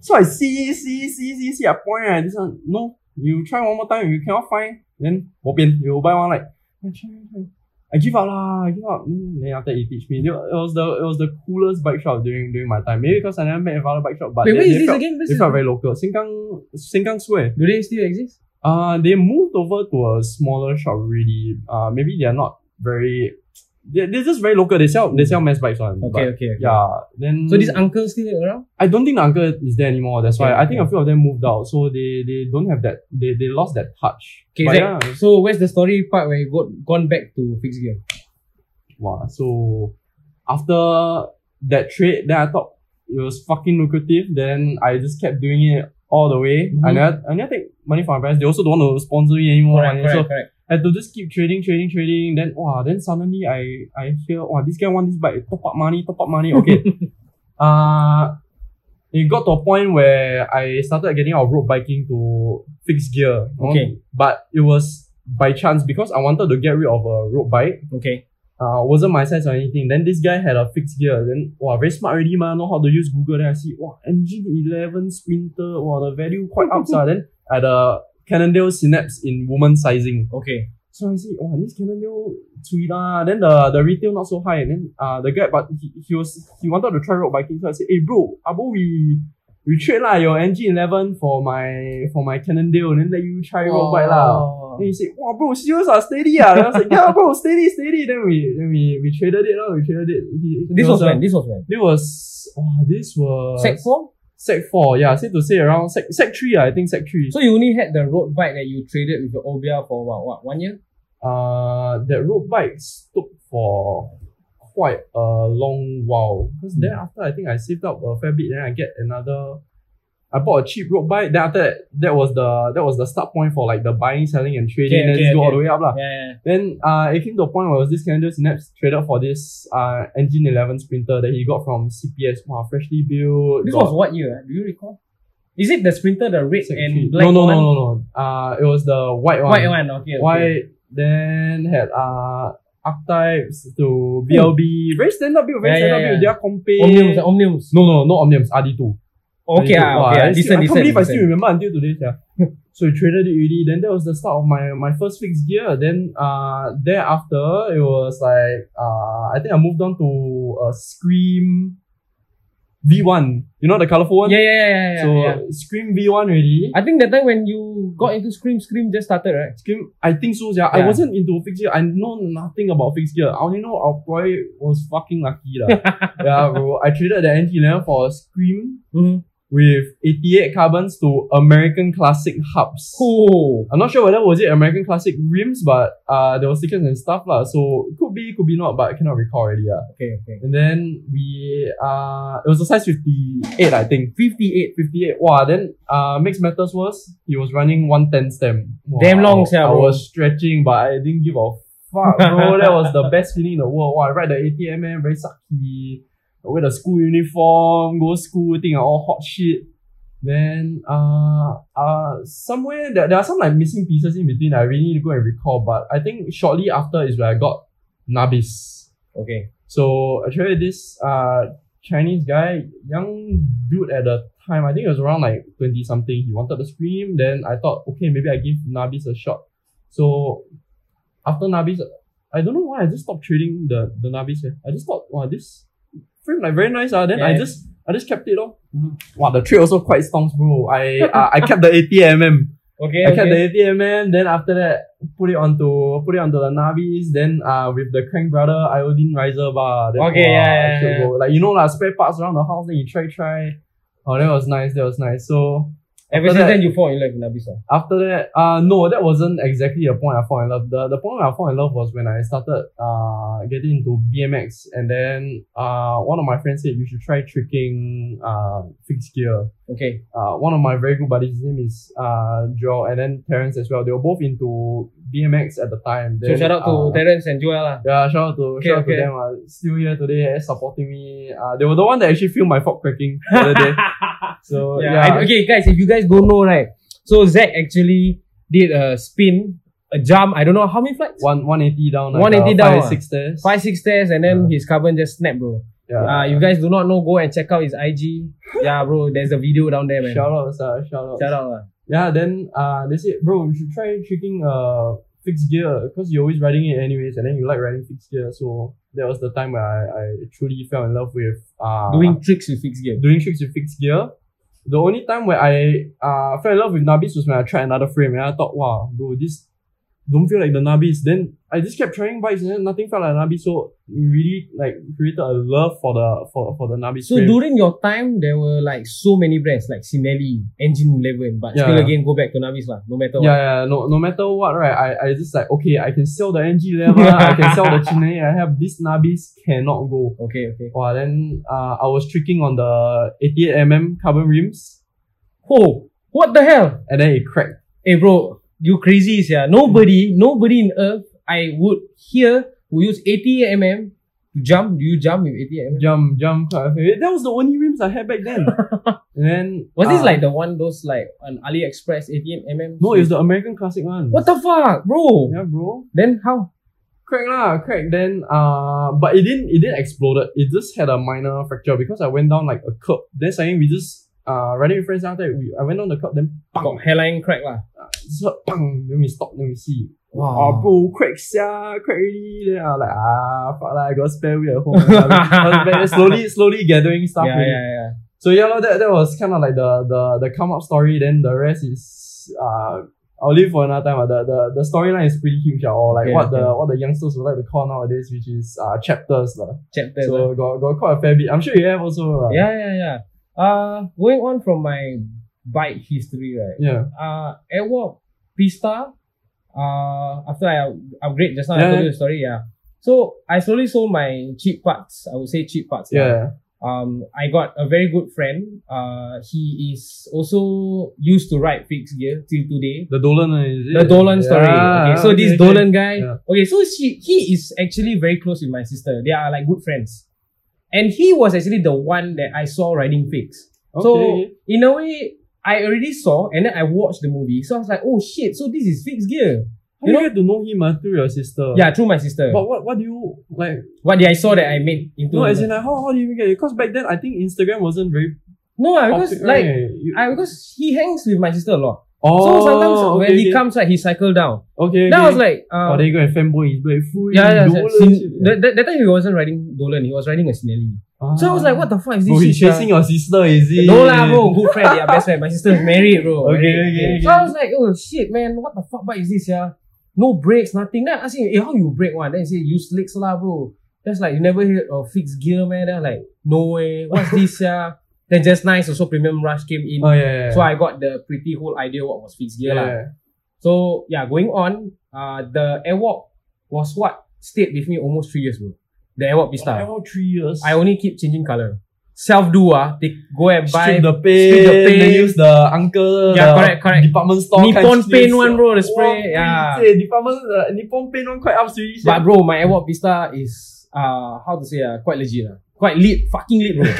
[SPEAKER 1] So I see, see, see, see, see. I point right. This one, no. You try one more time. You cannot find. Then bo pian, you buy one like. I try, try. I give up lah. I give up. Mm, Then after he teach me, it was the it was the coolest bike shop during during my time. Maybe because I never met another bike shop, but
[SPEAKER 2] Wait,
[SPEAKER 1] they,
[SPEAKER 2] where
[SPEAKER 1] they
[SPEAKER 2] is this
[SPEAKER 1] felt,
[SPEAKER 2] again? Where's
[SPEAKER 1] they
[SPEAKER 2] this?
[SPEAKER 1] felt very local. Sengkang Sengkang Square.
[SPEAKER 2] Do they still exist?
[SPEAKER 1] Uh, they moved over to a smaller shop really. Uh, maybe they are not very. They they're just very local. They sell they sell mass bikes one.
[SPEAKER 2] Okay,
[SPEAKER 1] but,
[SPEAKER 2] okay. okay.
[SPEAKER 1] Yeah. Then
[SPEAKER 2] So this uncle still around?
[SPEAKER 1] I don't think the uncle is there anymore. That's why
[SPEAKER 2] Okay,
[SPEAKER 1] I think a
[SPEAKER 2] okay.
[SPEAKER 1] few of them moved out, so they they don't have that. They they lost that touch.
[SPEAKER 2] Okay,
[SPEAKER 1] But
[SPEAKER 2] Zack,
[SPEAKER 1] yeah,
[SPEAKER 2] So where's the story part where you got gone back to fixed gear?
[SPEAKER 1] wow. So after that trade, then I thought it was fucking lucrative. Then I just kept doing it all the way. I
[SPEAKER 2] Mhm.
[SPEAKER 1] never I never take money from my parents. They also don't want to sponsor me anymore.
[SPEAKER 2] Correct,
[SPEAKER 1] and so
[SPEAKER 2] correct, correct.
[SPEAKER 1] I had to just keep trading, trading, trading. Then wow, then suddenly I I hear wow this guy want this bike, top up money, top up money. Okay, uh, it got to a point where I started getting out of road biking to fixed gear. you know.
[SPEAKER 2] Okay.
[SPEAKER 1] but it was by chance because I wanted to get rid of a road bike.
[SPEAKER 2] Okay.
[SPEAKER 1] Uh, wasn't my size or anything. Then this guy had a fixed gear. Then wow, very smart already, man. Know how to use Google. Then I see wow, engine eleven sprinter. Wow, the value quite up. sir. then at a Cannondale Synapse in woman sizing.
[SPEAKER 2] Okay.
[SPEAKER 1] So I say, oh, this Cannondale cui lah. Then the, the retail not so high. And then uh, the guy, but he, he was he wanted to try road biking. So I said, hey bro, abo we you trade lah your NG11 for my for my Cannondale, and then let you try road bike lah.
[SPEAKER 2] Oh.
[SPEAKER 1] Then he said, "Wow, bro, serious ah, steady ah." Then I was like, "Yeah, bro, steady, steady." Then we then we we traded it lah. We traded it. He- he
[SPEAKER 2] This was
[SPEAKER 1] uh,
[SPEAKER 2] when? This was when?
[SPEAKER 1] This was oh, this was
[SPEAKER 2] Sec 4?
[SPEAKER 1] sec four. Yeah, said to say around sec sec three. ah, I think sec three.
[SPEAKER 2] So you only had the road bike that you traded with your Obia for what, what one year?
[SPEAKER 1] uh, that road bikes took for quite a long while. Because then
[SPEAKER 2] Hmm.
[SPEAKER 1] after I think I saved up a fair bit, then I get another. I bought a cheap road bike. Then after that, that was the that was the start point for like the buying, selling, and trading. and
[SPEAKER 2] Okay,
[SPEAKER 1] then
[SPEAKER 2] okay,
[SPEAKER 1] just go all
[SPEAKER 2] okay.
[SPEAKER 1] the way up lah.
[SPEAKER 2] Yeah.
[SPEAKER 1] Then uh, it came to a point where it was this Canadian Synapse traded for this uh engine eleven sprinter that he got from CPS. Wow, freshly built.
[SPEAKER 2] This
[SPEAKER 1] got-
[SPEAKER 2] was what year? ah? Do you recall? Is it the Sprinter, the red
[SPEAKER 1] Sec three.
[SPEAKER 2] and black
[SPEAKER 1] no no
[SPEAKER 2] one?
[SPEAKER 1] no no no. Uh, it was the white one.
[SPEAKER 2] White one, okay. okay.
[SPEAKER 1] White, then had uh archetypes to BLB,
[SPEAKER 2] Hmm.
[SPEAKER 1] very standard build, very
[SPEAKER 2] Yeah,
[SPEAKER 1] standard build. Their
[SPEAKER 2] yeah, yeah.
[SPEAKER 1] compare.
[SPEAKER 2] Omniums, ah, Omniums.
[SPEAKER 1] No, no, not Omniums, RD2.
[SPEAKER 2] Okay,
[SPEAKER 1] RD2.
[SPEAKER 2] ah,
[SPEAKER 1] Wow,
[SPEAKER 2] okay.
[SPEAKER 1] I,
[SPEAKER 2] ah,
[SPEAKER 1] still-
[SPEAKER 2] Decent,
[SPEAKER 1] I can't
[SPEAKER 2] decent.
[SPEAKER 1] believe I still
[SPEAKER 2] decent.
[SPEAKER 1] remember until today.
[SPEAKER 2] <laughs>
[SPEAKER 1] Yeah. so we traded it really. Then that was the start of my, my first fixed gear. Then uh thereafter it was like uh I think I moved on to a Scream V1. You know the colorful one?
[SPEAKER 2] Yeah, yeah, yeah, yeah, yeah.
[SPEAKER 1] so
[SPEAKER 2] yeah.
[SPEAKER 1] Scream V1 already.
[SPEAKER 2] I think that time when you got into Scream, Scream just started, right?
[SPEAKER 1] Scream, I think so, yeah. I
[SPEAKER 2] Yeah.
[SPEAKER 1] wasn't into fixed gear. I know nothing about fixed gear. I only know our boy was fucking lucky. lah. yeah, bro. I traded the NT11 for a Scream
[SPEAKER 2] Mm-hmm.
[SPEAKER 1] with 88 carbons to American Classic hubs.
[SPEAKER 2] Cool.
[SPEAKER 1] I'm not sure whether was it American Classic rims, but uh, there was stickers and stuff. lah. So could be, could be not, but I cannot recall already. Yeah.
[SPEAKER 2] Okay, okay.
[SPEAKER 1] And then we, uh, it was a size 58, I think. 58. 58. Wow, then, uh, mixed matters was, he was running 110 stem. Wow,
[SPEAKER 2] Damn long,
[SPEAKER 1] I,
[SPEAKER 2] sia,
[SPEAKER 1] I
[SPEAKER 2] bro.
[SPEAKER 1] was stretching, but I didn't give a fuck,
[SPEAKER 2] <laughs>
[SPEAKER 1] bro. that was the best feeling in the world. Wow, I ride the ATM, man, very sucky. Wear the school uniform, go school, think I all hot shit. Then, uh, uh, somewhere, there, there are some like missing pieces in between. I really need to go and recall, but I think shortly after is where I got Nabis.
[SPEAKER 2] Okay.
[SPEAKER 1] So actually, this uh Chinese guy, young dude at the time, I think it was around like twenty something. He wanted to scream. Then I thought, okay, maybe I give Nabis a shot. So after Nabis, I don't know why I just stopped trading the the Nabis. eh. I just thought, wow, this frame like very nice. Ah, then I
[SPEAKER 2] Yeah.
[SPEAKER 1] just I just kept it off.
[SPEAKER 2] Mhm.
[SPEAKER 1] Wow, the trade also quite stonks, bro. I uh, I kept the ATMM.
[SPEAKER 2] Okay.
[SPEAKER 1] I kept
[SPEAKER 2] okay.
[SPEAKER 1] the ATMM, then after that put it onto put it onto the Navis, then uh with the Crank Brother iodine riser bar. Then,
[SPEAKER 2] Okay, yeah, yeah,
[SPEAKER 1] I should
[SPEAKER 2] yeah.
[SPEAKER 1] go. Like you know like spare parts around the house, then you try try. Oh that was nice, that was nice. So
[SPEAKER 2] Ever
[SPEAKER 1] after
[SPEAKER 2] since
[SPEAKER 1] that-
[SPEAKER 2] then, you fall in love with Nabisa.
[SPEAKER 1] after that, uh no, that wasn't exactly the point I fell in love. The the point where I fell in love was when I started uh getting into BMX and then uh one of my friends said you should try tricking uh fixed gear
[SPEAKER 2] Okay.
[SPEAKER 1] uh, one of my very good buddies, his name is uh, Joel, and then Terrence as well. They were both into BMX at the time.
[SPEAKER 2] So
[SPEAKER 1] Then,
[SPEAKER 2] shout out to
[SPEAKER 1] uh,
[SPEAKER 2] Terence and Joel ah. lah.
[SPEAKER 1] Yeah, shout out to
[SPEAKER 2] Okay,
[SPEAKER 1] shout out
[SPEAKER 2] okay.
[SPEAKER 1] to them. Uh, still here today, eh, supporting me. Uh, they were the one that actually filmed my fork cracking the other
[SPEAKER 2] <laughs>
[SPEAKER 1] day. So
[SPEAKER 2] yeah.
[SPEAKER 1] yeah,
[SPEAKER 2] I- okay, guys, if you guys don't know, right? So Zach actually did a spin, a jump. I don't know how many flights.
[SPEAKER 1] one one eighty down. like, uh,
[SPEAKER 2] 180 down,
[SPEAKER 1] Five
[SPEAKER 2] ah.
[SPEAKER 1] six stairs.
[SPEAKER 2] Five six stairs, and then
[SPEAKER 1] Yeah.
[SPEAKER 2] his carbon just snapped, bro.
[SPEAKER 1] Yeah.
[SPEAKER 2] Uh, you guys do not know, go and check out his IG. yeah, bro. There's a video down there, man.
[SPEAKER 1] Shout out, uh, shout out.
[SPEAKER 2] Shout out lah.
[SPEAKER 1] Yeah, then uh, they said, bro, you should try tricking uh fixed gear because you're always riding it anyways, and then you like riding fixed gear. So that was the time where I, I truly fell in love with uh
[SPEAKER 2] Doing tricks with fixed gear.
[SPEAKER 1] doing tricks with fixed gear. The only time where I uh fell in love with Nabis was when I tried another frame and I thought, wow, bro, this don't feel like the Nabis. Then I just kept trying bikes and then nothing felt like Nabis. So it really like created a love for the for, for the Nabis.
[SPEAKER 2] So
[SPEAKER 1] frame.
[SPEAKER 2] during your time, there were like so many brands like Sinelli, Engine Eleven, but
[SPEAKER 1] Yeah.
[SPEAKER 2] still again go back to Navis lah. No matter what.
[SPEAKER 1] yeah, yeah, no, no matter what, right? I, I just like okay, I can sell the NG level, I can sell
[SPEAKER 2] <laughs>
[SPEAKER 1] the Chine, I have this Nabis cannot go.
[SPEAKER 2] Okay, okay.
[SPEAKER 1] Wow, then uh, I was tricking on the 88 mm carbon rims
[SPEAKER 2] Oh, what the hell?
[SPEAKER 1] and then it cracked.
[SPEAKER 2] Hey, bro, you crazy, yeah. Nobody, nobody in Earth, I would hear who use 80 mm to jump. Do you jump with 80 mm?
[SPEAKER 1] jump, jump. kind of thing. That was the only rims I had back
[SPEAKER 2] <laughs>
[SPEAKER 1] then. and then
[SPEAKER 2] Was this
[SPEAKER 1] uh,
[SPEAKER 2] like the one those like on AliExpress 80 mm?
[SPEAKER 1] no? It's the American classic one.
[SPEAKER 2] What the fuck, bro?
[SPEAKER 1] Yeah, bro.
[SPEAKER 2] Then how?
[SPEAKER 1] Crack lah, crack. Then uh, but it didn't, it didn't explode. It just had a minor fracture because I went down like a curb. Then suddenly we just uh riding with friends after that, we I went down the curb. Then
[SPEAKER 2] Got hairline crack lah.
[SPEAKER 1] just heard bang. Then we stop. Then we see.
[SPEAKER 2] Ah.
[SPEAKER 1] Oh, bro, crack sia, crack really. Then I was like, <laughs>
[SPEAKER 2] <laughs>
[SPEAKER 1] ah, fuck lah, I got spare wheel at home. I was back there slowly, slowly gathering stuff.
[SPEAKER 2] yeah,
[SPEAKER 1] already.
[SPEAKER 2] yeah, yeah.
[SPEAKER 1] So yeah, lah, that, that was kind of like the, the the come up story. Then the rest is uh, I'll leave for another time. Uh, the the, the storyline is pretty huge, uh, or like
[SPEAKER 2] Okay,
[SPEAKER 1] what the
[SPEAKER 2] okay.
[SPEAKER 1] what the youngsters would like to call nowadays, which is uh, chapters, lah.
[SPEAKER 2] chapters. ah.
[SPEAKER 1] So got got quite a fair bit. I'm sure you have also. lah.
[SPEAKER 2] Yeah, yeah, yeah. Uh, going on from my bike history, right?
[SPEAKER 1] Yeah.
[SPEAKER 2] Uh, Airwalk Pista. Uh, after I up- upgrade just now, I
[SPEAKER 1] Yeah,
[SPEAKER 2] told you the story. Yeah. So I slowly sold my cheap parts. I would say cheap parts. lah.
[SPEAKER 1] Yeah.
[SPEAKER 2] Um, I got a very good friend. Uh, he is also used to ride fixed gear till today.
[SPEAKER 1] The Dolan uh, is
[SPEAKER 2] The
[SPEAKER 1] it?
[SPEAKER 2] Dolan story.
[SPEAKER 1] Yeah,
[SPEAKER 2] Okay, so this
[SPEAKER 1] okay.
[SPEAKER 2] Dolan guy.
[SPEAKER 1] Yeah.
[SPEAKER 2] Okay, so she he is actually very close with my sister. They are like good friends, and he was actually the one that I saw riding fixed. So
[SPEAKER 1] Okay.
[SPEAKER 2] in a way, I already saw and then I watched the movie. So I was like, oh shit, so this is fixed gear.
[SPEAKER 1] How you
[SPEAKER 2] you know-
[SPEAKER 1] get to know him uh, through your sister?
[SPEAKER 2] Yeah, through my sister.
[SPEAKER 1] But what, what do you like?
[SPEAKER 2] What did I saw that I made into
[SPEAKER 1] No, as in like, how, how do you even get it? Because back then I think Instagram wasn't very
[SPEAKER 2] No, ah, because
[SPEAKER 1] popular,
[SPEAKER 2] like
[SPEAKER 1] right? You-
[SPEAKER 2] I because he hangs with my sister a lot.
[SPEAKER 1] oh,
[SPEAKER 2] so sometimes
[SPEAKER 1] okay,
[SPEAKER 2] when he
[SPEAKER 1] okay.
[SPEAKER 2] comes like he cycle down.
[SPEAKER 1] okay, okay.
[SPEAKER 2] Then I was like, uh,
[SPEAKER 1] oh, then you go and fanboy, he's like, "Fuh,
[SPEAKER 2] yeah, yeah.
[SPEAKER 1] Dolan
[SPEAKER 2] so-
[SPEAKER 1] shit."
[SPEAKER 2] that, that, that time he wasn't riding Dolan, he was riding a Snelly. So I was like, what the fuck is this?
[SPEAKER 1] Ah. Bro,
[SPEAKER 2] shit,
[SPEAKER 1] he's chasing
[SPEAKER 2] sia?
[SPEAKER 1] your sister, is he?
[SPEAKER 2] No lah, bro. Good friend. They are best friend. My sister is married, bro.
[SPEAKER 1] Okay,
[SPEAKER 2] Married.
[SPEAKER 1] okay, okay.
[SPEAKER 2] So I was like, oh shit, man. What the fuck bike is this, yeah? No brakes, nothing. Then I asked him, eh, how you brake one? Then he say, use legs lah, bro. That's like, you never heard of fixed gear, man. Then I'm like, no way. What's this, yeah? Then just nice, also Premium Rush came in.
[SPEAKER 1] Oh, yeah, yeah. yeah.
[SPEAKER 2] So I got the pretty whole idea what was fixed gear
[SPEAKER 1] yeah.
[SPEAKER 2] lah. So yeah, going on, uh, the Airwalk was what stayed with me almost three years, bro. The Airwalk Pista.
[SPEAKER 1] I want three years.
[SPEAKER 2] I only keep changing color. Self do ah, they go and buy
[SPEAKER 1] Strip the paint,
[SPEAKER 2] strip the
[SPEAKER 1] Then
[SPEAKER 2] paint.
[SPEAKER 1] use the uncle.
[SPEAKER 2] Yeah,
[SPEAKER 1] the
[SPEAKER 2] correct, correct.
[SPEAKER 1] Department store.
[SPEAKER 2] Nippon
[SPEAKER 1] kind
[SPEAKER 2] paint
[SPEAKER 1] of
[SPEAKER 2] one, bro, the
[SPEAKER 1] shit.
[SPEAKER 2] spray,
[SPEAKER 1] Wow,
[SPEAKER 2] yeah.
[SPEAKER 1] pretty, eh, Department, uh, Nippon paint one quite up to you.
[SPEAKER 2] But bro, my Airwalk Vista is uh how to say uh, quite legit uh. quite lit, fucking
[SPEAKER 1] <laughs>
[SPEAKER 2] lit, bro.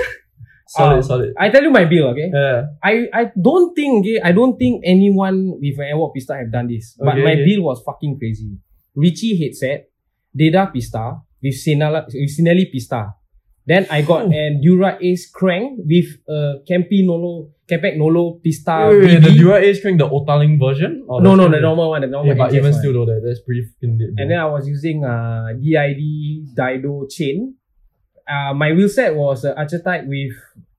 [SPEAKER 1] solid,
[SPEAKER 2] um,
[SPEAKER 1] solid.
[SPEAKER 2] I tell you my bill, okay?
[SPEAKER 1] Yeah.
[SPEAKER 2] I I don't think okay, I don't think anyone with an Airwalk Pista have done this. But
[SPEAKER 1] Okay,
[SPEAKER 2] my
[SPEAKER 1] okay.
[SPEAKER 2] bill was fucking crazy. Richie headset, Deda Pista with Sinala with Sinelli Pista. Then I got an Dura Ace crank with a Campi Nolo Campac Nolo Pista.
[SPEAKER 1] wait, wait, wait, the
[SPEAKER 2] BB.
[SPEAKER 1] Dura A string, the Otaling version? Oh, Or
[SPEAKER 2] no, no,
[SPEAKER 1] string
[SPEAKER 2] the
[SPEAKER 1] that-
[SPEAKER 2] normal one, the normal
[SPEAKER 1] Yeah, but
[SPEAKER 2] XS
[SPEAKER 1] even
[SPEAKER 2] one.
[SPEAKER 1] still though, that, that's pretty freaking lit.
[SPEAKER 2] And then I was using uh DID Dido chain. Uh, my wheel set was uh, Archetype with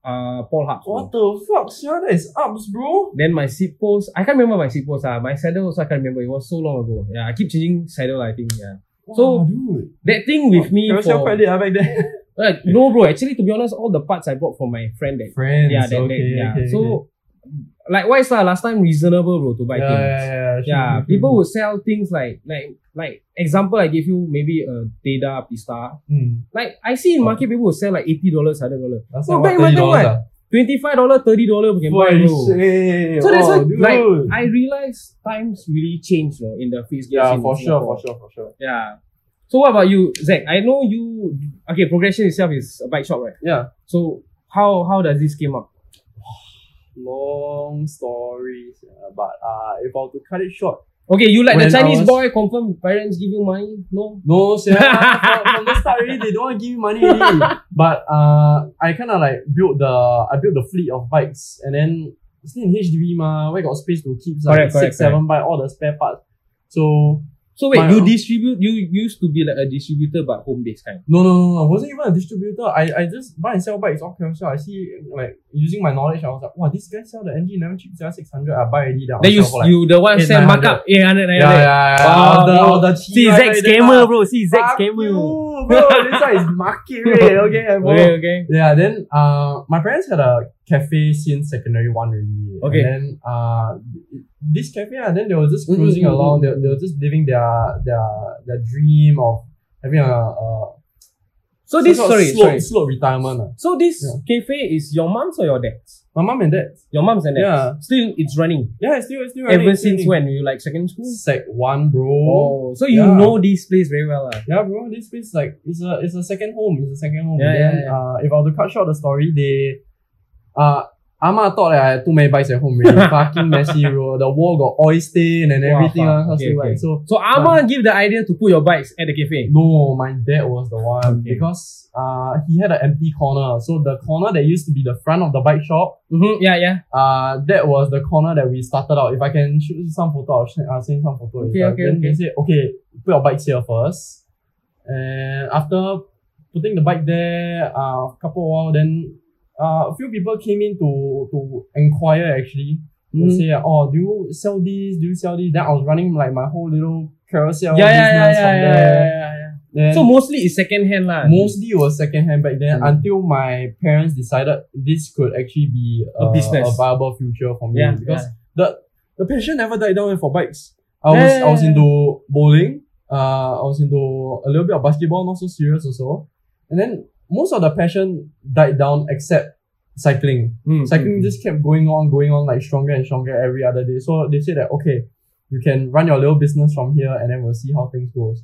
[SPEAKER 2] uh Paul Hub.
[SPEAKER 1] what the fuck, sir? That is ups, bro.
[SPEAKER 2] Then my seat post, I can't remember my seat post. Uh, my saddle also I can't remember. It was so long ago. Yeah, I keep changing saddle. I think yeah.
[SPEAKER 1] Wow,
[SPEAKER 2] So-
[SPEAKER 1] dude,
[SPEAKER 2] That thing with me
[SPEAKER 1] Carousel
[SPEAKER 2] for
[SPEAKER 1] quite lit ah, back then.
[SPEAKER 2] Uh, no bro. Actually, to be honest, all the parts I bought from my friend. That
[SPEAKER 1] <laughs> Friends,
[SPEAKER 2] yeah, that,
[SPEAKER 1] okay,
[SPEAKER 2] that yeah.
[SPEAKER 1] okay, okay.
[SPEAKER 2] so likewise lah. Last time reasonable bro to buy
[SPEAKER 1] yeah,
[SPEAKER 2] things.
[SPEAKER 1] yeah, Mm-hmm. yeah, yeah,
[SPEAKER 2] Yeah,
[SPEAKER 1] sure, sure,
[SPEAKER 2] people
[SPEAKER 1] sure.
[SPEAKER 2] would sell things like like like example. I gave you maybe a Data Pista.
[SPEAKER 1] Mm.
[SPEAKER 2] Like I see in market people will sell like eighty dollars, hundred dollars,
[SPEAKER 1] That's
[SPEAKER 2] Bro,
[SPEAKER 1] not
[SPEAKER 2] back in
[SPEAKER 1] what,
[SPEAKER 2] my time,
[SPEAKER 1] $30
[SPEAKER 2] what?
[SPEAKER 1] ah.
[SPEAKER 2] twenty five dollar, thirty dollar we can buy
[SPEAKER 1] Holy
[SPEAKER 2] bro.
[SPEAKER 1] shit,
[SPEAKER 2] So that's
[SPEAKER 1] wow,
[SPEAKER 2] why, like,
[SPEAKER 1] Oh, dude.
[SPEAKER 2] I realize times really change though in the fixed gear.
[SPEAKER 1] yeah,
[SPEAKER 2] scene
[SPEAKER 1] for
[SPEAKER 2] in
[SPEAKER 1] sure,
[SPEAKER 2] Singapore.
[SPEAKER 1] for sure, for sure.
[SPEAKER 2] Yeah. So what about you, Zach? I know you. Okay, progression itself is a bike shop, right?
[SPEAKER 1] Yeah,
[SPEAKER 2] So how how does this came up?
[SPEAKER 1] long stories, yeah, but uh, if I were to cut it short,
[SPEAKER 2] Okay, you like
[SPEAKER 1] When
[SPEAKER 2] the
[SPEAKER 1] I
[SPEAKER 2] Chinese
[SPEAKER 1] was-
[SPEAKER 2] boy? Confirm parents give you money? No.
[SPEAKER 1] No,
[SPEAKER 2] <laughs>
[SPEAKER 1] sir. from the start already, they don't want to give me money already. But uh, I kind of like built the I built the fleet of bikes, and then it's in HDB ma, where got space to keep like
[SPEAKER 2] Correct,
[SPEAKER 1] six,
[SPEAKER 2] correct,
[SPEAKER 1] seven bike, all the spare parts. So
[SPEAKER 2] So wait,
[SPEAKER 1] My-
[SPEAKER 2] you distribute? You used to be like a distributor, but home based kind.
[SPEAKER 1] no, no, no, no, wasn't even a distributor. I, I just buy and sell bikes off Carousel. I see like using my knowledge, I was like, wow, this guy sell the NG never cheap, sell six hundred. I buy already. Then, I'll
[SPEAKER 2] Then you
[SPEAKER 1] sell for, like,
[SPEAKER 2] you the one
[SPEAKER 1] eight,
[SPEAKER 2] sell
[SPEAKER 1] nine
[SPEAKER 2] markup eight hundred nine
[SPEAKER 1] yeah, yeah,
[SPEAKER 2] hundred.
[SPEAKER 1] yeah, yeah.
[SPEAKER 2] Wow,
[SPEAKER 1] the,
[SPEAKER 2] bro.
[SPEAKER 1] all the
[SPEAKER 2] See
[SPEAKER 1] cheap
[SPEAKER 2] Zach
[SPEAKER 1] bike,
[SPEAKER 2] scammer,
[SPEAKER 1] then,
[SPEAKER 2] bro. See
[SPEAKER 1] ah,
[SPEAKER 2] Zach
[SPEAKER 1] fuck you,
[SPEAKER 2] scammer.
[SPEAKER 1] bro. This one is
[SPEAKER 2] <laughs>
[SPEAKER 1] market rate. Okay, I bought-
[SPEAKER 2] Okay, okay.
[SPEAKER 1] Yeah, then uh, my parents had a cafe since secondary one really.
[SPEAKER 2] Okay.
[SPEAKER 1] And then uh, this cafe, and then they were just
[SPEAKER 2] Mm,
[SPEAKER 1] cruising
[SPEAKER 2] mm, mm,
[SPEAKER 1] along. They,
[SPEAKER 2] mm.
[SPEAKER 1] they were just living their their their dream of having a, a
[SPEAKER 2] So this
[SPEAKER 1] so-called
[SPEAKER 2] sorry,
[SPEAKER 1] slow,
[SPEAKER 2] sorry.
[SPEAKER 1] slow retirement. ah.
[SPEAKER 2] So this
[SPEAKER 1] Yeah.
[SPEAKER 2] cafe is your mom's or your dad's?
[SPEAKER 1] My mom and dad.
[SPEAKER 2] Your mom's and dad's.
[SPEAKER 1] Yeah.
[SPEAKER 2] Still, it's running.
[SPEAKER 1] Yeah, it's still it's still
[SPEAKER 2] Ever
[SPEAKER 1] running, it's still
[SPEAKER 2] since when? You like secondary
[SPEAKER 1] running.
[SPEAKER 2] school?
[SPEAKER 1] Sec one, bro.
[SPEAKER 2] Oh, so you
[SPEAKER 1] Yeah.
[SPEAKER 2] know this place very well, ah. lah.
[SPEAKER 1] Yeah, bro, this place is like it's a it's a second home. It's a second home.
[SPEAKER 2] Yeah,
[SPEAKER 1] then
[SPEAKER 2] yeah, yeah.
[SPEAKER 1] uh if I were to cut short the story, they uh Ama thought that I had too many bikes at home really.
[SPEAKER 2] <laughs>
[SPEAKER 1] Fucking messy bro. The wall got oil stain and
[SPEAKER 2] Wow,
[SPEAKER 1] everything
[SPEAKER 2] fuck.
[SPEAKER 1] ah, cause
[SPEAKER 2] Okay,
[SPEAKER 1] they, like,
[SPEAKER 2] okay.
[SPEAKER 1] so
[SPEAKER 2] So Ama give the idea to put your bikes at the cafe.
[SPEAKER 1] no, my dad was the one
[SPEAKER 2] Okay.
[SPEAKER 1] because uh he had an empty corner. So the corner that used to be the front of the bike shop,
[SPEAKER 2] Mm-hmm. Yeah, yeah.
[SPEAKER 1] uh that was the corner that we started out. If I can shoot you some photo, I'll send, I'll send you some photo.
[SPEAKER 2] Okay,
[SPEAKER 1] later.
[SPEAKER 2] okay,
[SPEAKER 1] then
[SPEAKER 2] okay.
[SPEAKER 1] they said, okay, put your bikes here first. And after putting the bike there, uh, couple of while, then uh, a few people came in to to inquire actually. They
[SPEAKER 2] Mm.
[SPEAKER 1] say, oh, do you sell these? Do you sell these? Then I was running like my whole little carousel
[SPEAKER 2] Yeah, yeah, yeah,
[SPEAKER 1] business
[SPEAKER 2] yeah,
[SPEAKER 1] from
[SPEAKER 2] yeah,
[SPEAKER 1] there.
[SPEAKER 2] yeah, yeah.
[SPEAKER 1] Then
[SPEAKER 2] So mostly it's second hand lah.
[SPEAKER 1] mostly it was secondhand back then
[SPEAKER 2] Mm.
[SPEAKER 1] until my parents decided this could actually be uh,
[SPEAKER 2] A business.
[SPEAKER 1] a viable future for me
[SPEAKER 2] yeah,
[SPEAKER 1] because
[SPEAKER 2] yeah.
[SPEAKER 1] the passion never died down for bikes. I was
[SPEAKER 2] Yeah, yeah,
[SPEAKER 1] I was
[SPEAKER 2] yeah.
[SPEAKER 1] into bowling. Uh, I was into a little bit of basketball, not so serious also. And then most of the passion died down except cycling.
[SPEAKER 2] Mm,
[SPEAKER 1] Cycling
[SPEAKER 2] mm,
[SPEAKER 1] just kept going on, going on like stronger and stronger every other day. So they said that okay, you can run your little business from here, and then we'll see how things goes.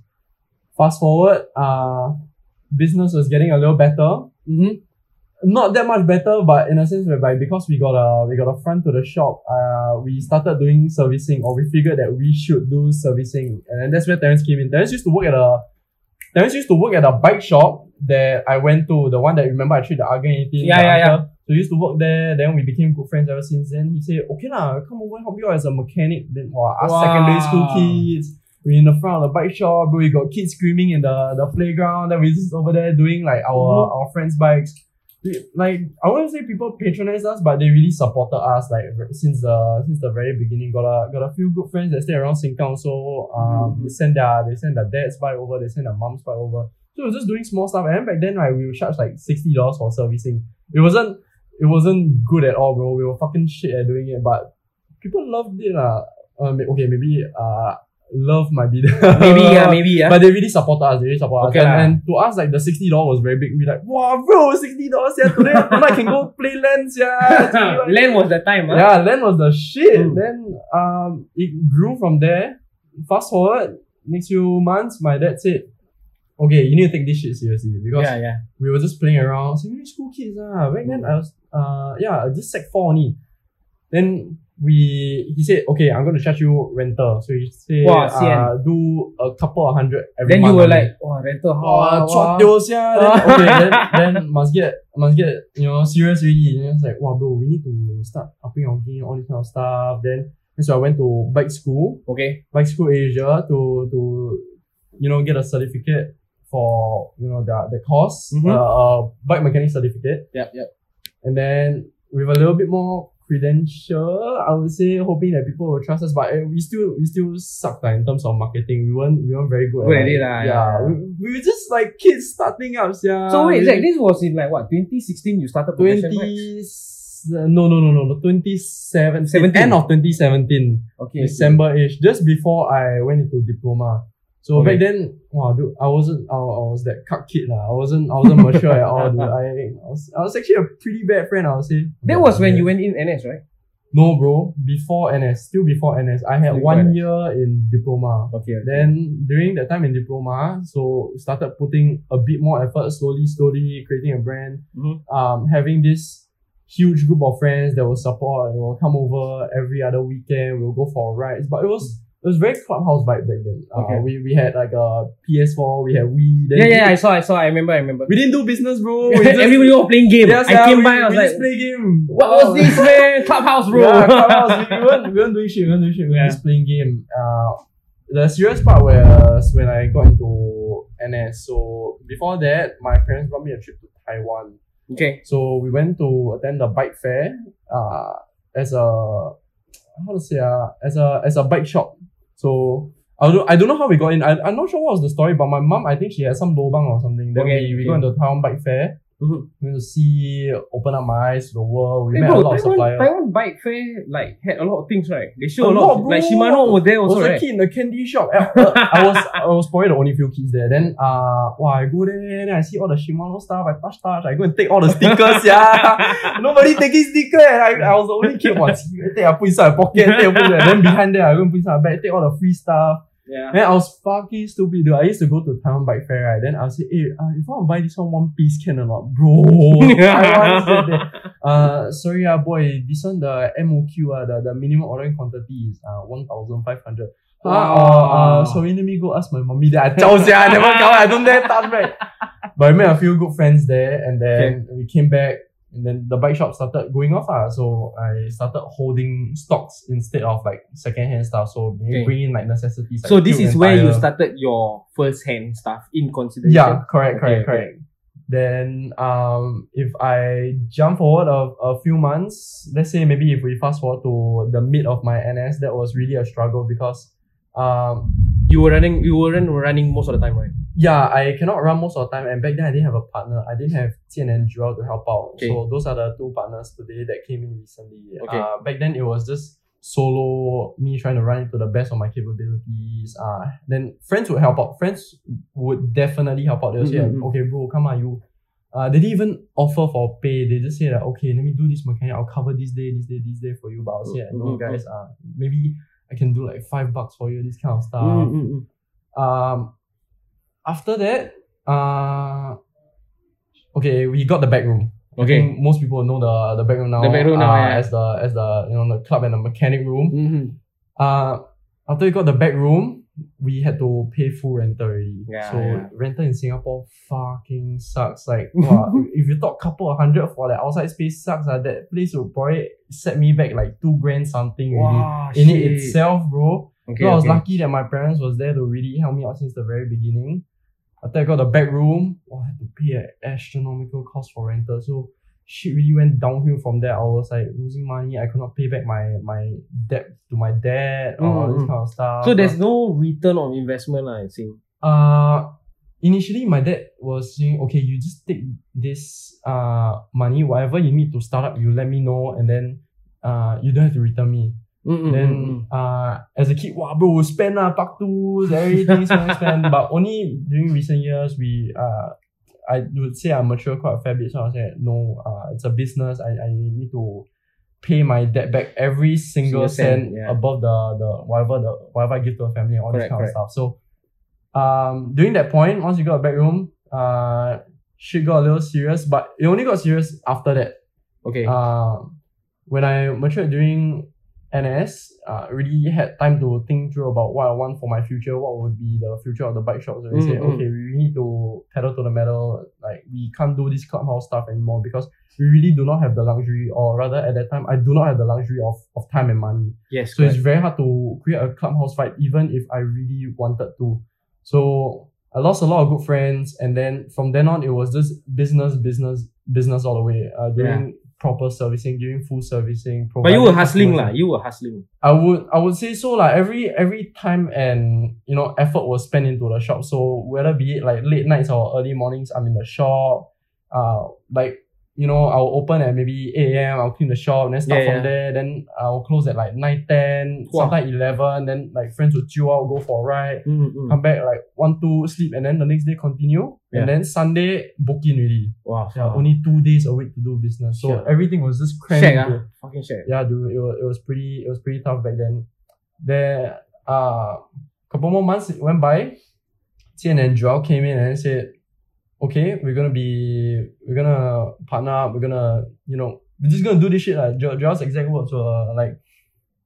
[SPEAKER 1] Fast forward, uh, business was getting a little better
[SPEAKER 2] mm. Mhm.
[SPEAKER 1] not that much better, but in a sense whereby because we got a we got a front to the shop, uh, we started doing servicing, or we figured that we should do servicing, and then that's where Terence came in. Terence used to work at a Terence used to work at a bike shop that I went to, the one that remember I treated the Argan eighteen.
[SPEAKER 2] Yeah,
[SPEAKER 1] the
[SPEAKER 2] yeah, yeah.
[SPEAKER 1] uncle. So he used to work there. Then we became good friends ever since. Then he said, "Okay lah, come over help you out as a mechanic." Then wow, us
[SPEAKER 2] Wow.
[SPEAKER 1] secondary school kids. We in the front of the bike shop, bro. We got kids screaming in the, the playground. Then we just over there doing like our
[SPEAKER 2] Mm-hmm.
[SPEAKER 1] our friends' bikes like I wouldn't say people patronized us, but they really supported us like re- since the since the very beginning. Got a got a few good friends that stay around Sengkang, so um
[SPEAKER 2] Mhm.
[SPEAKER 1] they send their they send their dad's bike over, they send their mom's bike over. So we was just doing small stuff, and then back then right, we were charged like sixty dollars for servicing. It wasn't it wasn't good at all, bro. We were fucking shit at doing it, but people loved it lah. Uh, may- okay, maybe uh love might be the
[SPEAKER 2] Maybe
[SPEAKER 1] <laughs>
[SPEAKER 2] yeah, maybe yeah.
[SPEAKER 1] Uh,
[SPEAKER 2] <laughs>
[SPEAKER 1] but they really supported us. They really supported
[SPEAKER 2] Okay
[SPEAKER 1] us.
[SPEAKER 2] lah.
[SPEAKER 1] And, and to us, like the sixty dollars was very big. We like, wow, bro, sixty dollars yeah today. tonight I can
[SPEAKER 2] <laughs>
[SPEAKER 1] go play lens, yeah.
[SPEAKER 2] Land was the time, ah.
[SPEAKER 1] <laughs> yeah, land was the shit.
[SPEAKER 2] Mm.
[SPEAKER 1] Then um, it grew from there. Fast forward next few months, my dad said, "Okay, you need to take this shit seriously because
[SPEAKER 2] yeah, yeah.
[SPEAKER 1] we were just playing around. Secondary school kids, ah. Back then, I was, uh, yeah, just sec four only. Then we, he said, okay, I'm going to charge you rental. So he said,
[SPEAKER 2] Wah,
[SPEAKER 1] uh, do a couple of hundred every
[SPEAKER 2] Then
[SPEAKER 1] month.
[SPEAKER 2] you were like, oh, rental
[SPEAKER 1] Wah,
[SPEAKER 2] house.
[SPEAKER 1] chua tio sia. Then,
[SPEAKER 2] <laughs>
[SPEAKER 1] okay, then, then must get, must get, you know, serious really. Then it's like, wow, bro, we need to start upping our game, all this kind of stuff. Then, so I went to bike school,
[SPEAKER 2] Okay.
[SPEAKER 1] bike school Asia to, to, you know, get a certificate for, you know, the, the course,
[SPEAKER 2] Mhm.
[SPEAKER 1] uh, uh, bike mechanic certificate.
[SPEAKER 2] Yep, yep.
[SPEAKER 1] And then with a little bit more credential, I would say hoping that people will trust us. But eh, we still we still sucked lah in terms of marketing. We weren't we weren't very good.
[SPEAKER 2] Good at
[SPEAKER 1] like-
[SPEAKER 2] it lah,
[SPEAKER 1] Yeah,
[SPEAKER 2] yeah.
[SPEAKER 1] we, we were just like kids starting up. Yeah.
[SPEAKER 2] So wait,
[SPEAKER 1] we,
[SPEAKER 2] Zach, this was in like what 2016 you started profession, right?
[SPEAKER 1] twenty. uh, No no no no no. Twenty seven.
[SPEAKER 2] 17.
[SPEAKER 1] End of twenty seventeen.
[SPEAKER 2] Okay.
[SPEAKER 1] December ish, just before I went into diploma. So back
[SPEAKER 2] Okay.
[SPEAKER 1] then, wow, dude, I wasn't, I, I was that cuck kid lah. I wasn't, I wasn't mature at all, dude. I, I was, I was actually a pretty bad friend. I would say.
[SPEAKER 2] That was when you went in NS, right?
[SPEAKER 1] No, bro. Before NS, still before NS, I had
[SPEAKER 2] Before
[SPEAKER 1] one
[SPEAKER 2] NS.
[SPEAKER 1] year in diploma.
[SPEAKER 2] Okay.
[SPEAKER 1] Then during that time in diploma, so started putting a bit more effort, slowly, slowly creating a brand.
[SPEAKER 2] Mhm.
[SPEAKER 1] Um, having this huge group of friends that will support and will come over every other weekend. We'll go for rides, but it was it was very clubhouse vibe back then. Uh,
[SPEAKER 2] Okay.
[SPEAKER 1] we we had like a PS4, we had Wii. Then
[SPEAKER 2] Yeah, yeah, I saw, I saw, I remember, I remember.
[SPEAKER 1] We
[SPEAKER 2] <laughs>
[SPEAKER 1] didn't do business, bro. We just-
[SPEAKER 2] Everybody was playing game.
[SPEAKER 1] Yeah,
[SPEAKER 2] I
[SPEAKER 1] sia,
[SPEAKER 2] came
[SPEAKER 1] we,
[SPEAKER 2] by, I was
[SPEAKER 1] we
[SPEAKER 2] like,
[SPEAKER 1] just play Oh. game.
[SPEAKER 2] what
[SPEAKER 1] Wow.
[SPEAKER 2] was this, man? Clubhouse, bro.
[SPEAKER 1] <laughs> Yeah,
[SPEAKER 2] <laughs>
[SPEAKER 1] clubhouse. we, we, weren't, we weren't doing shit. We weren't doing shit. We were
[SPEAKER 2] Yeah.
[SPEAKER 1] just playing game. Uh, the serious part was when I got into NS. So before that, my parents brought me a trip to Taiwan.
[SPEAKER 2] okay.
[SPEAKER 1] So we went to attend the bike fair. Uh, as a how to say uh, as a as a bike shop. So. I don't, I don't know how we got in. I, I'm not sure what was the story, but my mom, I think she had some lobang or something. Then
[SPEAKER 2] Okay,
[SPEAKER 1] we, we
[SPEAKER 2] okay.
[SPEAKER 1] go into Taiwan Bike Fair.
[SPEAKER 2] Mhm.
[SPEAKER 1] We went to see, open up my eyes to the world. We
[SPEAKER 2] Hey,
[SPEAKER 1] met
[SPEAKER 2] bro,
[SPEAKER 1] a lot of
[SPEAKER 2] Taiwan,
[SPEAKER 1] suppliers.
[SPEAKER 2] Taiwan bike fair like had a lot of things, right? They show
[SPEAKER 1] A
[SPEAKER 2] a,
[SPEAKER 1] lot,
[SPEAKER 2] lot. of-
[SPEAKER 1] bro.
[SPEAKER 2] like Shimano was there also,
[SPEAKER 1] was a
[SPEAKER 2] right?
[SPEAKER 1] kid in the candy shop. I, I- I was I was probably the only few kids there. Then uh wow, I go there, then I see all the Shimano stuff, I touch touch, I go and take all the stickers, yeah. <laughs> Nobody taking sticker and I, I was the only kid what take I put inside my pocket, take I put there. Then behind there I go and put inside my bag, take all the free stuff.
[SPEAKER 2] Yeah.
[SPEAKER 1] Then I was fucking stupid dude. I used to go to Taiwan Bike Fair, right? Then I'll say, hey, uh, if I want to buy this one one piece can or not,
[SPEAKER 2] <laughs>
[SPEAKER 1] bro. I want that, that. Uh, sorry, ah, boy, this one the MOQ, ah, the, the minimum ordering quantity is uh, 1,500. Ah, uh, uh, sorry, let me go ask my mommy that I tell sia, I never come, I don't dare touch right. But I met a few good friends there, and then we came back, and then the bike shop started going off. Ah, so I started holding stocks instead of like secondhand stuff. So we
[SPEAKER 2] Okay.
[SPEAKER 1] bring in like necessities. Like
[SPEAKER 2] So this
[SPEAKER 1] tube
[SPEAKER 2] is
[SPEAKER 1] and
[SPEAKER 2] where
[SPEAKER 1] tire.
[SPEAKER 2] you started your first hand stuff in consideration.
[SPEAKER 1] Yeah, correct, correct,
[SPEAKER 2] Okay,
[SPEAKER 1] correct. Then um, if I jump forward a, a few months, let's say maybe if we fast forward to the mid of my NS, that was really a struggle because um,
[SPEAKER 2] You were running. You weren't running most of the time, right?
[SPEAKER 1] yeah, I cannot run most of the time. And back then, I didn't have a partner. I didn't have Tian and Joel to help out.
[SPEAKER 2] Okay.
[SPEAKER 1] So those are the two partners today that came in recently.
[SPEAKER 2] Okay.
[SPEAKER 1] Uh, back then, it was just solo, me trying to run it to the best of my capabilities. Uh, then friends would help out. Friends would definitely help out. They'll say,
[SPEAKER 2] Mm, mm, mm.
[SPEAKER 1] okay, bro, come on, you. Uh, they didn't even offer for pay. They just say that, okay, let me do this mechanic. I'll cover this day, this day, this day for you. But I'll say,
[SPEAKER 2] Mm,
[SPEAKER 1] no,
[SPEAKER 2] mm, mm.
[SPEAKER 1] guys, uh, maybe I can do like five bucks for you, this kind of stuff
[SPEAKER 2] Mm,
[SPEAKER 1] um after that uh okay we got the back room I
[SPEAKER 2] Okay.
[SPEAKER 1] think most people know the the back room now
[SPEAKER 2] The back room now,
[SPEAKER 1] uh,
[SPEAKER 2] yeah.
[SPEAKER 1] as the as the you know the club and the mechanic room
[SPEAKER 2] Mm-hmm.
[SPEAKER 1] uh after we got the back room we had to pay full rental already.
[SPEAKER 2] Yeah,
[SPEAKER 1] so
[SPEAKER 2] yeah.
[SPEAKER 1] rental in Singapore fucking sucks. Like <laughs> wow, if you talk couple of hundred for that outside space sucks, uh, that place will probably set me back like two grand something already. In it itself, bro.
[SPEAKER 2] Okay,
[SPEAKER 1] So I was
[SPEAKER 2] okay.
[SPEAKER 1] lucky that my parents was there to really help me out since the very beginning. After I got the back room, oh, I had to pay an astronomical cost for rental. So shit really went downhill from there. I was like losing money. I could not pay back my my debt to my dad or all this
[SPEAKER 2] Mm,
[SPEAKER 1] kind of stuff.
[SPEAKER 2] So there's no return on investment, lah, I think.
[SPEAKER 1] uh initially my dad was saying, okay, you just take this uh money, whatever you need to start up, you let me know and then uh you don't have to return me. mm,
[SPEAKER 2] Mm-hmm.
[SPEAKER 1] Then uh, as a kid, wow, bro, we spend lah, pak tus, everything, so much
[SPEAKER 2] <laughs>
[SPEAKER 1] spend. But only during recent years, we uh, I would say I mature quite a fair bit. So I was like, no, uh, it's a business. I, I need to pay my debt back every single
[SPEAKER 2] Single cent,
[SPEAKER 1] cent
[SPEAKER 2] yeah.
[SPEAKER 1] above the the whatever the whatever I give to a family, and all this
[SPEAKER 2] Correct,
[SPEAKER 1] kind of stuff. So, um, during that point, once you got a back room, uh, shit got a little serious. But it only got serious after that.
[SPEAKER 2] okay.
[SPEAKER 1] Um, when I matured during NS, uh, really had time to think through about what I want for my future, what would be the future of the bike shops. And I say,
[SPEAKER 2] Mm, mm.
[SPEAKER 1] okay, we need to pedal to the metal. Like, we can't do this clubhouse stuff anymore because we really do not have the luxury, or rather, at that time, I do not have the luxury of, of time and money.
[SPEAKER 2] yes.
[SPEAKER 1] So
[SPEAKER 2] correct.
[SPEAKER 1] it's very hard to create a clubhouse fight, even if I really wanted to. So I lost a lot of good friends, and then from then on, it was just business, business, business all the way. Uh, doing proper servicing, doing full servicing.
[SPEAKER 2] but you were
[SPEAKER 1] providing
[SPEAKER 2] hustling, lah.
[SPEAKER 1] customers-
[SPEAKER 2] You were hustling.
[SPEAKER 1] I would, I would say so, like every every time and you know effort was spent into the shop. So whether be it like late nights or early mornings, I'm in the shop. Uh, like you know, I'll open at maybe eight a.m. I'll clean the shop, then start
[SPEAKER 2] Yeah,
[SPEAKER 1] from
[SPEAKER 2] yeah.
[SPEAKER 1] there. Then I'll close at like nine ten,
[SPEAKER 2] Wow.
[SPEAKER 1] sometimes eleven. Then like friends would chill out, go for a ride,
[SPEAKER 2] Mm-hmm.
[SPEAKER 1] come back like one two sleep, and then the next day continue.
[SPEAKER 2] Yeah.
[SPEAKER 1] And then Sunday book in really.
[SPEAKER 2] Wow.
[SPEAKER 1] Yeah, only two days a week to do business. So
[SPEAKER 2] Sure.
[SPEAKER 1] everything was just crammed.
[SPEAKER 2] shack,
[SPEAKER 1] into-
[SPEAKER 2] ah. Fucking shack.
[SPEAKER 1] yeah, dude, it was, it was pretty it was pretty tough back then. There, uh, couple more months went by. Tian and Joao came in and said, "Okay, we're gonna be we're gonna partner up. We're gonna you know we're just gonna do this shit." Like jo- Joao's exact words were like,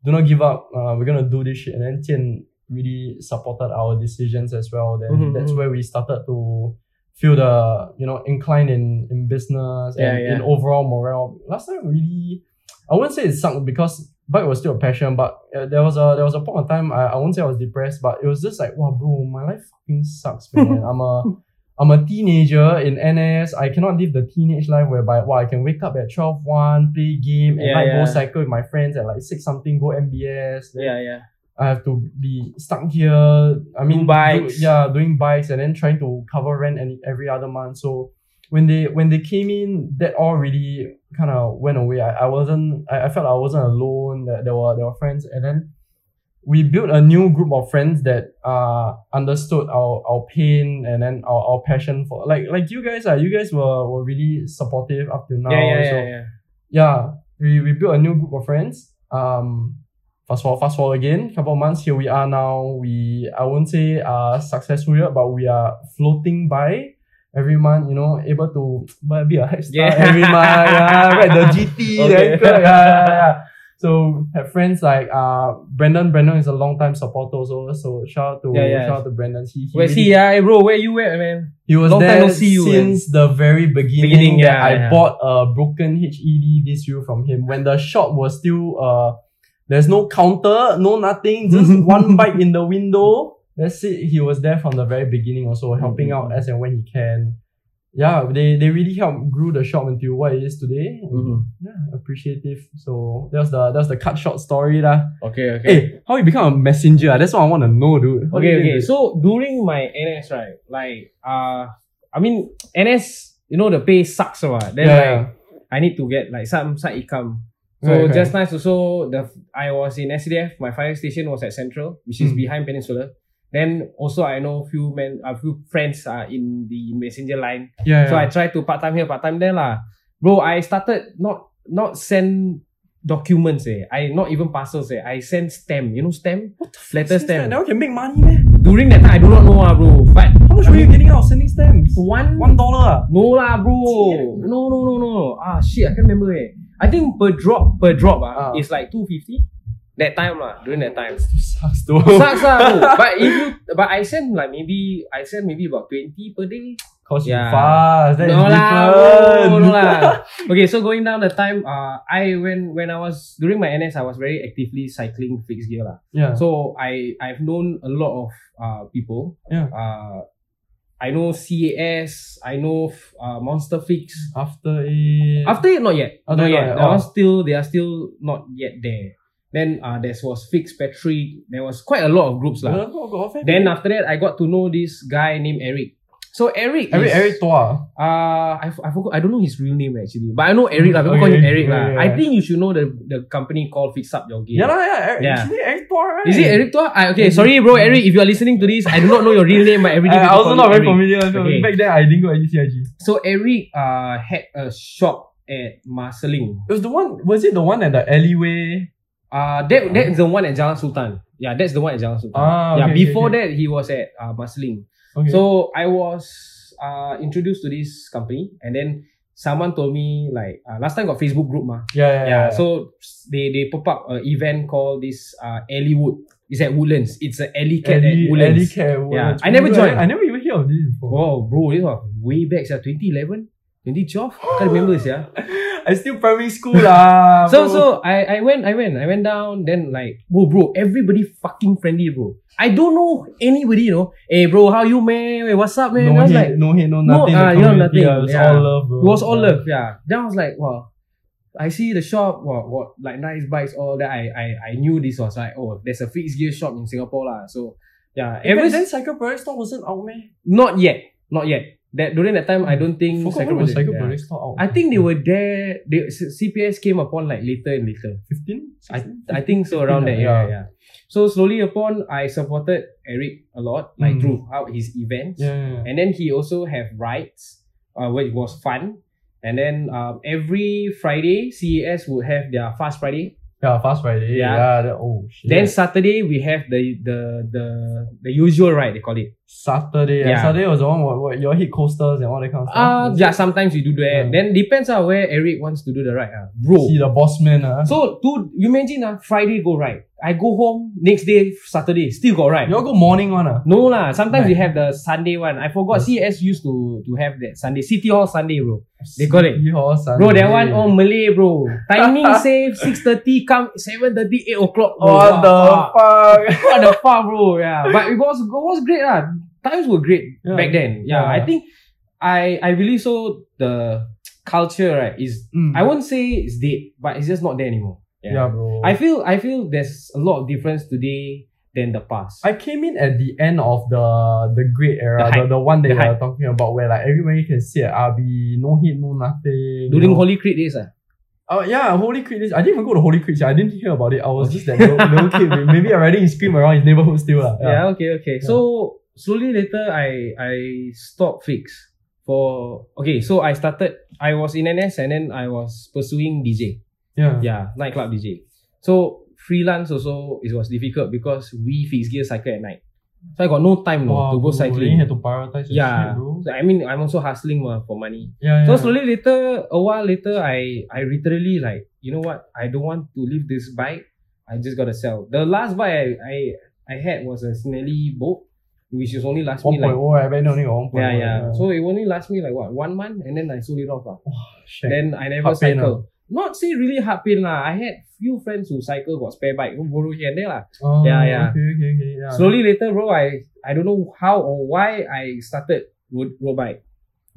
[SPEAKER 1] "Do not give up. Uh, we're gonna do this shit." And then Tian really supported our decisions as well. Then
[SPEAKER 2] Mhm,
[SPEAKER 1] that's
[SPEAKER 2] mhm.
[SPEAKER 1] where we started to feel the you know incline in in business
[SPEAKER 2] Yeah,
[SPEAKER 1] and
[SPEAKER 2] yeah.
[SPEAKER 1] in overall morale. Last time really. I wouldn't say it sucked because bike was still a passion, but uh, there was a there was a point of time I, I won't say I was depressed, but it was just like wow, bro, my life fucking sucks,
[SPEAKER 2] <laughs>
[SPEAKER 1] man. I'm a I'm a teenager in NS. I cannot live the teenage life whereby wow, I can wake up at 12, 1, play game, and
[SPEAKER 2] Yeah,
[SPEAKER 1] I
[SPEAKER 2] yeah.
[SPEAKER 1] go cycle with my friends at like six something, go MBS. Then
[SPEAKER 2] Yeah, yeah.
[SPEAKER 1] I have to be stuck here. I mean,
[SPEAKER 2] bikes.
[SPEAKER 1] do- yeah, doing bikes and then trying to cover rent and every other month. So when they when they came in, that all really kind of went away. I, I wasn't I, I felt I wasn't alone. That there were there were friends, and then we built a new group of friends that uh understood our our pain and then our, our passion for like like you guys are you guys were were really supportive up till now.
[SPEAKER 2] yeah, yeah,
[SPEAKER 1] So
[SPEAKER 2] yeah, yeah.
[SPEAKER 1] yeah, we, we built a new group of friends. Um, fast forward, fast forward again. Couple of months here we are now. We I won't say uh successful yet, but we are floating by every month. You know, able to but be a hype star
[SPEAKER 2] Yeah.
[SPEAKER 1] every month. Yeah, right.
[SPEAKER 2] <laughs>
[SPEAKER 1] The GT,
[SPEAKER 2] Okay.
[SPEAKER 1] then yeah, yeah, yeah. So have friends like uh Brandon. Brandon is a long time supporter also. So shout out to
[SPEAKER 2] Yeah, yeah.
[SPEAKER 1] shout out to Brandon. He, he
[SPEAKER 2] Where
[SPEAKER 1] really-
[SPEAKER 2] see, yeah, bro, where you at, man?
[SPEAKER 1] he was
[SPEAKER 2] Long time
[SPEAKER 1] there
[SPEAKER 2] no see you,
[SPEAKER 1] since the very beginning.
[SPEAKER 2] Beginning,
[SPEAKER 1] that
[SPEAKER 2] yeah,
[SPEAKER 1] I
[SPEAKER 2] yeah.
[SPEAKER 1] bought a broken E HED this year from him when the shop was still uh, there's no counter, no nothing,
[SPEAKER 2] <laughs>
[SPEAKER 1] just one bike in the
[SPEAKER 2] Mm-hmm.
[SPEAKER 1] window. That's it. He was there from the very beginning, also helping out as and when he can. yeah, they, they really helped grew the shop into what it is today.
[SPEAKER 2] Mhm.
[SPEAKER 1] Yeah, appreciative. So that's the that's the cut short story lah.
[SPEAKER 2] Okay, okay.
[SPEAKER 1] Hey, how you become a messenger? ah? That's what I want to know, dude. How
[SPEAKER 2] Okay,
[SPEAKER 1] you
[SPEAKER 2] okay.
[SPEAKER 1] do it?
[SPEAKER 2] So during my NS, right, like uh I mean NS, you know the pay sucks, right? Then
[SPEAKER 1] Yeah,
[SPEAKER 2] like
[SPEAKER 1] yeah.
[SPEAKER 2] I need to get like some side income. So
[SPEAKER 1] Right, right.
[SPEAKER 2] just nice also the I was in SCDF, my fire station was at Central, which is
[SPEAKER 1] Mm.
[SPEAKER 2] behind Peninsula. Then also I know few men a few friends are in the messenger line.
[SPEAKER 1] yeah,
[SPEAKER 2] So I
[SPEAKER 1] yeah.
[SPEAKER 2] tried to part time here, part time there lah. Bro, I started not not send documents eh. I not even parcels eh. I send stamp. You know stamp? What the Letter
[SPEAKER 1] Sending stamp.
[SPEAKER 2] stamp.
[SPEAKER 1] That one can make money, man.
[SPEAKER 2] During that time I do not know ah bro. But
[SPEAKER 1] How much
[SPEAKER 2] I
[SPEAKER 1] were you
[SPEAKER 2] mean,
[SPEAKER 1] getting out of sending stamps?
[SPEAKER 2] One
[SPEAKER 1] One dollar. ah?
[SPEAKER 2] No lah bro.
[SPEAKER 1] Serious?
[SPEAKER 2] No no no no. Ah shit I can't remember eh. I think per drop per drop
[SPEAKER 1] Ah.
[SPEAKER 2] ah is like 250. That time lah during that
[SPEAKER 1] <laughs>
[SPEAKER 2] time.
[SPEAKER 1] Sucks, though.
[SPEAKER 2] Sucks lah bro. But if you but I send like maybe I send maybe about 20 per day.
[SPEAKER 1] Cause you
[SPEAKER 2] Yeah.
[SPEAKER 1] fast. That is
[SPEAKER 2] no lah,
[SPEAKER 1] different.
[SPEAKER 2] bro, no lah. Okay, so going down the time, uh, I when when I was during my NS, I was very actively cycling fixed gear lah.
[SPEAKER 1] yeah.
[SPEAKER 2] So I I've known a lot of uh people.
[SPEAKER 1] Yeah.
[SPEAKER 2] Uh, I know CAS. I know f- uh, Monster Fix.
[SPEAKER 1] after it.
[SPEAKER 2] After it, not yet.
[SPEAKER 1] Oh,
[SPEAKER 2] not
[SPEAKER 1] not
[SPEAKER 2] yet.
[SPEAKER 1] yet.
[SPEAKER 2] They
[SPEAKER 1] Oh.
[SPEAKER 2] are still they are still not yet there. Then uh, there was Fix Patrick. There was quite a lot of groups lah.
[SPEAKER 1] Yeah, got- got off, eh?
[SPEAKER 2] Then after that, I got to know this guy named Eric. So Eric,
[SPEAKER 1] Eric
[SPEAKER 2] is,
[SPEAKER 1] Eric Tua.
[SPEAKER 2] Uh, I, f- I forgot. I don't know his real name actually, but I know Eric lah. People call him
[SPEAKER 1] Okay.
[SPEAKER 2] Eric lah.
[SPEAKER 1] Yeah, yeah,
[SPEAKER 2] I
[SPEAKER 1] yeah.
[SPEAKER 2] think you should know the the company called Fix Up Your Game.
[SPEAKER 1] Yeah, lah, yeah. Eric,
[SPEAKER 2] Yeah.
[SPEAKER 1] Is it Eric Tua, right?
[SPEAKER 2] Is it Eric Tua? I, okay, sorry bro, Eric. If you are listening to this, I do not know your real name, but every
[SPEAKER 1] <laughs>
[SPEAKER 2] day
[SPEAKER 1] I, I
[SPEAKER 2] people
[SPEAKER 1] also
[SPEAKER 2] call
[SPEAKER 1] not
[SPEAKER 2] you
[SPEAKER 1] very
[SPEAKER 2] Eric.
[SPEAKER 1] familiar. so
[SPEAKER 2] Okay.
[SPEAKER 1] Back then, I didn't go at UCIG.
[SPEAKER 2] So Eric uh had a shop at Marceling.
[SPEAKER 1] It was the one. Was it the one at the alleyway?
[SPEAKER 2] Uh, that that's the one at Jalan Sultan. Yeah, that's the one at Jalan Sultan.
[SPEAKER 1] Ah,
[SPEAKER 2] yeah,
[SPEAKER 1] okay,
[SPEAKER 2] before
[SPEAKER 1] okay,
[SPEAKER 2] that he was at uh, Marceling.
[SPEAKER 1] Okay.
[SPEAKER 2] So I was uh introduced to this company, and then someone told me like uh, last time got Facebook group mah.
[SPEAKER 1] yeah, yeah, yeah.
[SPEAKER 2] yeah. So they they pop up an event called this uh Elliewood. It's at Woodlands. It's an alley cat
[SPEAKER 1] Alley,
[SPEAKER 2] at Woodlands.
[SPEAKER 1] Alley Cat at Woodlands.
[SPEAKER 2] I never
[SPEAKER 1] Bro,
[SPEAKER 2] joined.
[SPEAKER 1] I never even heard of this before.
[SPEAKER 2] Wow, bro, this was way back, yeah, 2011, 2012. Can't remember, yeah.
[SPEAKER 1] <laughs> I still primary school lah.
[SPEAKER 2] So
[SPEAKER 1] bro.
[SPEAKER 2] so I I went I went I went down. Then like, bro, bro, everybody fucking friendly, bro. I don't know anybody, you know. Hey, bro, how you man? Hey, what's up, man?
[SPEAKER 1] no
[SPEAKER 2] I was
[SPEAKER 1] hate,
[SPEAKER 2] like,
[SPEAKER 1] no hate, no
[SPEAKER 2] No,
[SPEAKER 1] nothing.
[SPEAKER 2] ah,
[SPEAKER 1] the
[SPEAKER 2] you know,
[SPEAKER 1] community,
[SPEAKER 2] nothing,
[SPEAKER 1] ah, It was
[SPEAKER 2] yeah.
[SPEAKER 1] all love, bro.
[SPEAKER 2] it was all
[SPEAKER 1] Yeah.
[SPEAKER 2] love, yeah. Then I was like, wow. I see the shop, what, what like nice bikes, all that. I, I I knew this was like, oh, there's a fixed gear shop in Singapore, lah. So yeah,
[SPEAKER 1] Eh,
[SPEAKER 2] ever
[SPEAKER 1] back
[SPEAKER 2] s-
[SPEAKER 1] then, Cycle Parade store wasn't out, man.
[SPEAKER 2] not yet, not yet. That during that time, I don't think
[SPEAKER 1] Forgot
[SPEAKER 2] Cycle
[SPEAKER 1] when was
[SPEAKER 2] Parade,
[SPEAKER 1] Cycle
[SPEAKER 2] yeah.
[SPEAKER 1] Parade store out.
[SPEAKER 2] I think they were there. They, C- CPS came upon like later and later.
[SPEAKER 1] 15?
[SPEAKER 2] I, I think so around that. Yeah, yeah. So slowly upon, I supported Eric a lot,
[SPEAKER 1] Mm.
[SPEAKER 2] like throughout his events,
[SPEAKER 1] Yeah, yeah, yeah.
[SPEAKER 2] and then he also have rides, uh, which was fun. And then um, every Friday, CES would have their Fast Friday.
[SPEAKER 1] Yeah, Fast Friday.
[SPEAKER 2] Yeah.
[SPEAKER 1] Yeah. that, oh, shit.
[SPEAKER 2] Then Saturday we have the the the the usual ride they call it.
[SPEAKER 1] Saturday. Yeah.
[SPEAKER 2] Yeah.
[SPEAKER 1] Saturday was the one where, where you all hit coasters and all that kind of stuff.
[SPEAKER 2] Uh, yeah, sometimes we do that.
[SPEAKER 1] Ah, Yeah.
[SPEAKER 2] Then depends on where Eric wants to do the ride. Uh. Bro,
[SPEAKER 1] See the boss man. Uh.
[SPEAKER 2] So, dude, you imagine ah, Friday go right. I go home next day, Saturday, still got right.
[SPEAKER 1] you all go morning one. Uh.
[SPEAKER 2] No lah. Sometimes
[SPEAKER 1] Right.
[SPEAKER 2] we have the Sunday one. I forgot CS used to to have that Sunday City Hall Sunday, bro. They call it.
[SPEAKER 1] City Hall Sunday.
[SPEAKER 2] Bro, that one oh, all Malay, bro.
[SPEAKER 1] <laughs>
[SPEAKER 2] Timing save six thirty, come seven thirty, eight o'clock. bro.
[SPEAKER 1] What
[SPEAKER 2] Wow,
[SPEAKER 1] the fuck?
[SPEAKER 2] <laughs> fuck. what the fuck, bro? Yeah, but it was it was great lah. Times were great
[SPEAKER 1] Yeah.
[SPEAKER 2] back then. Yeah,
[SPEAKER 1] Yeah.
[SPEAKER 2] I think I I believe so. The culture right is
[SPEAKER 1] Mm.
[SPEAKER 2] I won't say it's dead, but it's just not there anymore.
[SPEAKER 1] Yeah, bro.
[SPEAKER 2] I feel I feel there's a lot of difference today than the past.
[SPEAKER 1] I came in at the end of the the great
[SPEAKER 2] The
[SPEAKER 1] era,
[SPEAKER 2] hype.
[SPEAKER 1] the, the, one that
[SPEAKER 2] The
[SPEAKER 1] you're talking about, where like everybody can sit at RB, no hit, no nothing. you
[SPEAKER 2] During
[SPEAKER 1] know.
[SPEAKER 2] Holy Creed days, ah.
[SPEAKER 1] Oh yeah, Holy Creek. This, I didn't even go to Holy Creek. sia. I didn't hear about it. I
[SPEAKER 2] Oh.
[SPEAKER 1] was just that little, little kid. with- Maybe already he scream around his neighborhood still. lah.
[SPEAKER 2] yeah. okay, okay.
[SPEAKER 1] Yeah.
[SPEAKER 2] So slowly later I I stopped fix for okay, so I started I was in NS and then I was pursuing DJ.
[SPEAKER 1] yeah, yeah.
[SPEAKER 2] Yeah, nightclub DJ. So freelance also it was difficult because we fix gear cycle at night. So I got no time
[SPEAKER 1] Wow,
[SPEAKER 2] no, to go
[SPEAKER 1] bro, You
[SPEAKER 2] cycling.
[SPEAKER 1] had to prioritize. your shit,
[SPEAKER 2] Yeah.
[SPEAKER 1] bro.
[SPEAKER 2] So, I mean I'm also hustling mah for money.
[SPEAKER 1] yeah, yeah.
[SPEAKER 2] So slowly later, a while later, I I literally like, you know what? I don't want to leave this bike. I just gotta sell. The last bike I I, I had was a Snelly boat, which is only last
[SPEAKER 1] One
[SPEAKER 2] me
[SPEAKER 1] point
[SPEAKER 2] like
[SPEAKER 1] oh, I bet only got one point.
[SPEAKER 2] yeah yeah. So it only last me like what one month, and then I sold it off lah. Then I never
[SPEAKER 1] Heart pain ah.
[SPEAKER 2] cycle. Not say really hard pain lah. I had few friends who cycle got spare bike, who borrow here and there lah.
[SPEAKER 1] oh,
[SPEAKER 2] yeah, yeah.
[SPEAKER 1] Okay, okay, okay. Yeah.
[SPEAKER 2] Slowly later, bro, I I don't know how or why I started road road bike.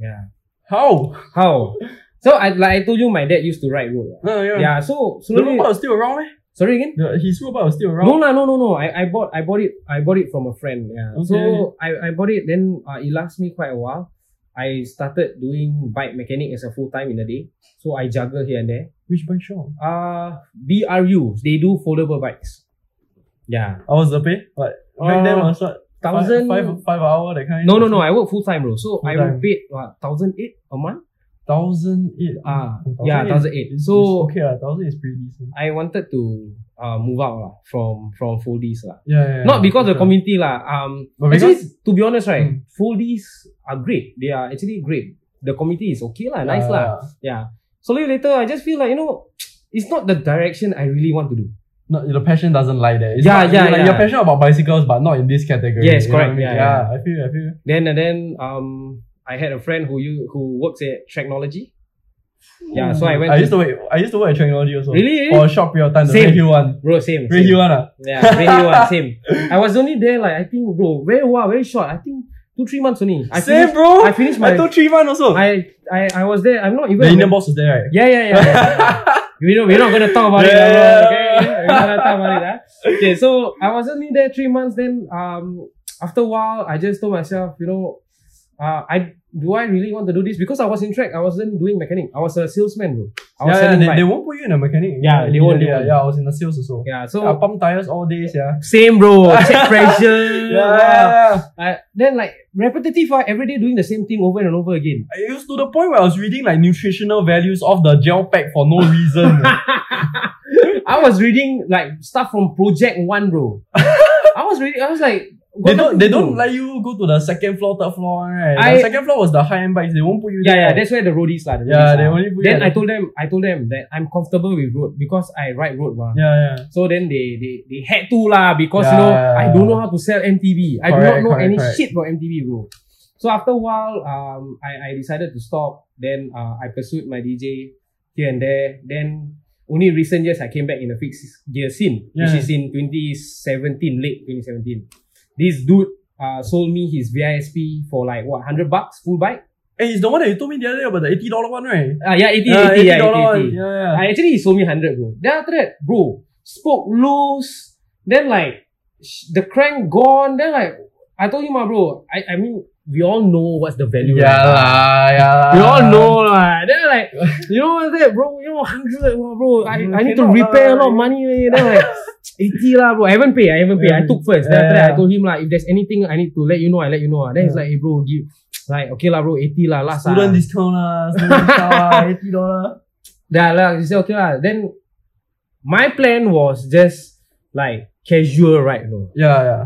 [SPEAKER 2] Yeah.
[SPEAKER 1] How? <laughs>
[SPEAKER 2] How? So I like I told you, my dad used to ride road.
[SPEAKER 1] Uh, yeah.
[SPEAKER 2] Yeah. So
[SPEAKER 1] The
[SPEAKER 2] slowly.
[SPEAKER 1] robot is still around, eh?
[SPEAKER 2] Sorry again.
[SPEAKER 1] The, his robot is still around.
[SPEAKER 2] No lah, no, no, no. I, I bought I bought it I bought it from a friend. Yeah.
[SPEAKER 1] Okay.
[SPEAKER 2] So I, I bought it. Then uh, it lasts me quite a while. I started doing bike mechanic as a full time in a day. So I juggle here and there.
[SPEAKER 1] Which bike shop?
[SPEAKER 2] Uh BRU they do foldable bikes. Yeah.
[SPEAKER 1] I was the pay. Like,
[SPEAKER 2] Uh,
[SPEAKER 1] back then, I was what? Five-
[SPEAKER 2] Thousand.
[SPEAKER 1] five, five hour, that kind.
[SPEAKER 2] no, no, no. I work full time, bro. So I
[SPEAKER 1] Full-time.
[SPEAKER 2] will paid what thousand eight a month.
[SPEAKER 1] Thousand eight.
[SPEAKER 2] Ah,
[SPEAKER 1] Oh,
[SPEAKER 2] yeah,
[SPEAKER 1] 1,008.
[SPEAKER 2] thousand eight.
[SPEAKER 1] It's-
[SPEAKER 2] So
[SPEAKER 1] it's okay, lah. thousand is pretty decent.
[SPEAKER 2] I wanted to uh move out lah from from foldies lah.
[SPEAKER 1] Yeah, yeah.
[SPEAKER 2] Not
[SPEAKER 1] yeah,
[SPEAKER 2] because of the
[SPEAKER 1] for sure.
[SPEAKER 2] community lah. Um,
[SPEAKER 1] But
[SPEAKER 2] actually,
[SPEAKER 1] because-
[SPEAKER 2] to be honest, right,
[SPEAKER 1] Mm.
[SPEAKER 2] foldies are great. They are actually great. The community is okay lah, nice
[SPEAKER 1] Yeah,
[SPEAKER 2] lah. Yeah. So later, I just feel like you know, it's not the direction I really want to do.
[SPEAKER 1] No, the passion doesn't lie there. It's
[SPEAKER 2] Yeah,
[SPEAKER 1] not-
[SPEAKER 2] yeah,
[SPEAKER 1] like,
[SPEAKER 2] yeah.
[SPEAKER 1] You're passionate about bicycles, but not in this category.
[SPEAKER 2] Yes,
[SPEAKER 1] you know what I
[SPEAKER 2] correct.
[SPEAKER 1] mean?
[SPEAKER 2] Yeah, yeah,
[SPEAKER 1] I feel, I feel.
[SPEAKER 2] Then and then um, I had a friend who you who works at Technology. Yeah, so I
[SPEAKER 1] I
[SPEAKER 2] went. to-
[SPEAKER 1] used to work. I used to work at technology also.
[SPEAKER 2] Really?
[SPEAKER 1] For a short period of time, the
[SPEAKER 2] Same.
[SPEAKER 1] Redhill one.
[SPEAKER 2] Bro, same. same.
[SPEAKER 1] Redhill one, ah.
[SPEAKER 2] Yeah, Redhill one, same. I was only there like I think, bro, very wow, very short. I think two three months only. I
[SPEAKER 1] Same,
[SPEAKER 2] finished-
[SPEAKER 1] bro.
[SPEAKER 2] I finished my.
[SPEAKER 1] I told three one also.
[SPEAKER 2] I, I I was there. I'm not even.
[SPEAKER 1] the
[SPEAKER 2] a
[SPEAKER 1] Indian
[SPEAKER 2] mem-
[SPEAKER 1] boss was there, right?
[SPEAKER 2] Yeah, yeah, yeah. yeah.
[SPEAKER 1] <laughs>
[SPEAKER 2] we don't, we're not gonna talk about it, lah, bro.
[SPEAKER 1] Yeah.
[SPEAKER 2] Okay, we're not gonna talk about it. Huh? Okay, so I was only there three months. Then um, after a while, I just told myself, you know, uh, I do I really want to do this because I was in track. I wasn't doing mechanic. I was a salesman, bro. I was
[SPEAKER 1] yeah, yeah
[SPEAKER 2] selling
[SPEAKER 1] they,
[SPEAKER 2] bike.
[SPEAKER 1] they won't put you in a mechanic.
[SPEAKER 2] Yeah, they won't, they
[SPEAKER 1] Yeah,
[SPEAKER 2] won't.
[SPEAKER 1] yeah, I was in the sales also. Yeah, I
[SPEAKER 2] yeah. So
[SPEAKER 1] pump tires all days, yeah.
[SPEAKER 2] same,
[SPEAKER 1] <laughs>
[SPEAKER 2] bro. Check pressure. wow.
[SPEAKER 1] yeah.
[SPEAKER 2] Uh, then like repetitive, uh, every day doing the same thing over and over again.
[SPEAKER 1] It was to the point where I was reading like nutritional values of the gel pack for no reason.
[SPEAKER 2] <laughs> I was reading like stuff from Project One,
[SPEAKER 1] <laughs>
[SPEAKER 2] bro. I was reading. I was like,
[SPEAKER 1] they don't
[SPEAKER 2] got nothing
[SPEAKER 1] they
[SPEAKER 2] to
[SPEAKER 1] don't
[SPEAKER 2] do.
[SPEAKER 1] let you go to the second floor, third floor, right?
[SPEAKER 2] I-
[SPEAKER 1] the second floor was the high end bikes, they won't put you
[SPEAKER 2] Yeah,
[SPEAKER 1] there.
[SPEAKER 2] yeah, that's where the roadies lah. The roadies
[SPEAKER 1] yeah, they
[SPEAKER 2] lah.
[SPEAKER 1] only put
[SPEAKER 2] Then
[SPEAKER 1] you
[SPEAKER 2] I
[SPEAKER 1] at the-
[SPEAKER 2] told them, I told them that I'm comfortable with road because I ride road mah.
[SPEAKER 1] Yeah, yeah.
[SPEAKER 2] So then they they, they had to lah because you
[SPEAKER 1] Yeah,
[SPEAKER 2] know
[SPEAKER 1] yeah,
[SPEAKER 2] I
[SPEAKER 1] yeah.
[SPEAKER 2] don't know how to sell MTV. I do not
[SPEAKER 1] Correct,
[SPEAKER 2] know
[SPEAKER 1] correct,
[SPEAKER 2] any
[SPEAKER 1] correct.
[SPEAKER 2] shit about MTV, bro. So after a while, um, I, I decided to stop. Then uh, I pursued my DJ here and there. Then only recent years I came back in the fixed gear scene,
[SPEAKER 1] Yeah.
[SPEAKER 2] which is in 2017, late 2017. This dude uh, sold me his VISP for like what 100 bucks full bike.
[SPEAKER 1] Hey, it's the one that you told me the other day about the eighty dollar one, right?
[SPEAKER 2] Ah, yeah, 80,
[SPEAKER 1] Yeah,
[SPEAKER 2] 80, yeah, 80,
[SPEAKER 1] $80 one.
[SPEAKER 2] 80.
[SPEAKER 1] Yeah, yeah.
[SPEAKER 2] I Ah, actually he sold me 100, bro. Then after that, bro, spoke loose. Then like, sh- the crank gone. Then like, I told you, my bro, I, I mean, we all know what's the value.
[SPEAKER 1] Yeah
[SPEAKER 2] right?
[SPEAKER 1] lah, yeah lah.
[SPEAKER 2] We all know, lah. Then like, you know what's that, bro? You know, 100, wow, bro. I, I need to
[SPEAKER 1] Cannot
[SPEAKER 2] repair a
[SPEAKER 1] lah.
[SPEAKER 2] lot of money. eh. Then
[SPEAKER 1] <laughs>
[SPEAKER 2] like, 80 lah, bro. I haven't paid. I haven't paid. I took first. Then after that, I
[SPEAKER 1] Yeah.
[SPEAKER 2] told him, like, if there's anything I need to let you know, I let you know. lah. Then he's like, hey, bro, give, like, okay lah, bro, 80 lah, last lah.
[SPEAKER 1] Student discount lah, student discount
[SPEAKER 2] <laughs>
[SPEAKER 1] lah, eighty dollar.
[SPEAKER 2] Dah lah, she said okay lah. Then my plan was just like casual right now.
[SPEAKER 1] Yeah, yeah.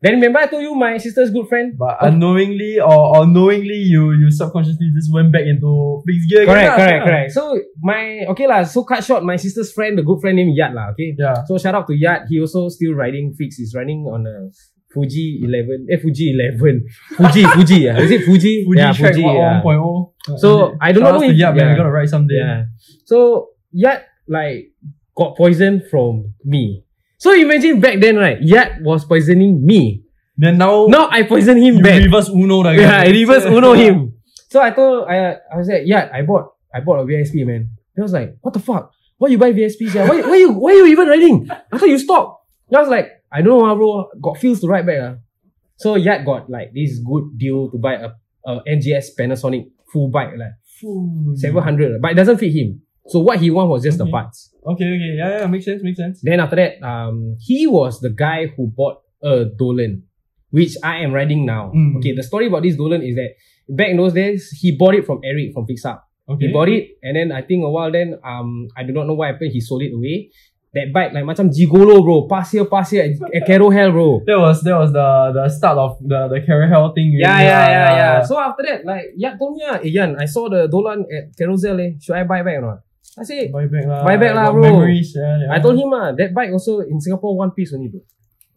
[SPEAKER 2] Then remember I told you my sister's good friend?
[SPEAKER 1] But unknowingly or, or knowingly, you you subconsciously just went back into fixed gear. again
[SPEAKER 2] correct,
[SPEAKER 1] lah,
[SPEAKER 2] correct,
[SPEAKER 1] yeah.
[SPEAKER 2] correct. So my okay lah, so cut short, my sister's friend, the good friend named Yat lah, okay?
[SPEAKER 1] Yeah.
[SPEAKER 2] So shout out to Yat, he also still riding fixed. He's riding on a Fuji 11, eh Fuji 11. <laughs> Fuji, Fuji, yeah. Is it Fuji?
[SPEAKER 1] Fuji
[SPEAKER 2] yeah,
[SPEAKER 1] track
[SPEAKER 2] Fuji, yeah.
[SPEAKER 1] 1.0.
[SPEAKER 2] So, I don't
[SPEAKER 1] oh? Shout
[SPEAKER 2] know
[SPEAKER 1] outs
[SPEAKER 2] if-
[SPEAKER 1] to Yap, man.
[SPEAKER 2] yeah.
[SPEAKER 1] You gotta write someday.
[SPEAKER 2] Yeah. So Yat like got poisoned from me. So imagine back then, right? Yat was poisoning me.
[SPEAKER 1] Then now,
[SPEAKER 2] Now I poison him
[SPEAKER 1] you
[SPEAKER 2] back.
[SPEAKER 1] reverse Uno the
[SPEAKER 2] <laughs> Yeah, I
[SPEAKER 1] <laughs> guy.
[SPEAKER 2] reverse Uno him. So I told I I said, yeah, I bought I bought a VSP man. He was like, what the fuck? Why you buy VSPs? Yeah, why why you why you even riding? I thought you stopped. Then I was like, I don't know, ah, bro. Got feels to ride back. ah. So Yat got like this good deal to buy a, a NGS Panasonic full bike, like
[SPEAKER 1] Fuh.
[SPEAKER 2] seven hundred, but it doesn't fit him. So what he want was just the
[SPEAKER 1] Okay.
[SPEAKER 2] parts.
[SPEAKER 1] Okay, okay. Yeah, yeah. Makes sense, makes sense.
[SPEAKER 2] Then after that, um, he was the guy who bought a Dolan, which I am riding now.
[SPEAKER 1] Mm.
[SPEAKER 2] Okay, the story about this Dolan is that back in those days, he bought it from Eric from Pixar.
[SPEAKER 1] Okay.
[SPEAKER 2] He bought it, and then I think a while then, um, I do not know what happened. He sold it away. That bike like macam gigolo bro, pass here, pass here, at, at Caro Hell bro.
[SPEAKER 1] That was that was the the start of the the carousel thing. you
[SPEAKER 2] Yeah,
[SPEAKER 1] know,
[SPEAKER 2] yeah, yeah, yeah. So after that, like, yeah, told me, ah, eh, Yan, I saw the Dolan at Carousel, eh. should I buy back or not? I say,
[SPEAKER 1] Buy back lah.
[SPEAKER 2] Buy back
[SPEAKER 1] Got
[SPEAKER 2] lah, bro.
[SPEAKER 1] Memories. Yeah, yeah.
[SPEAKER 2] I told him ah, that bike also in Singapore one piece only bro.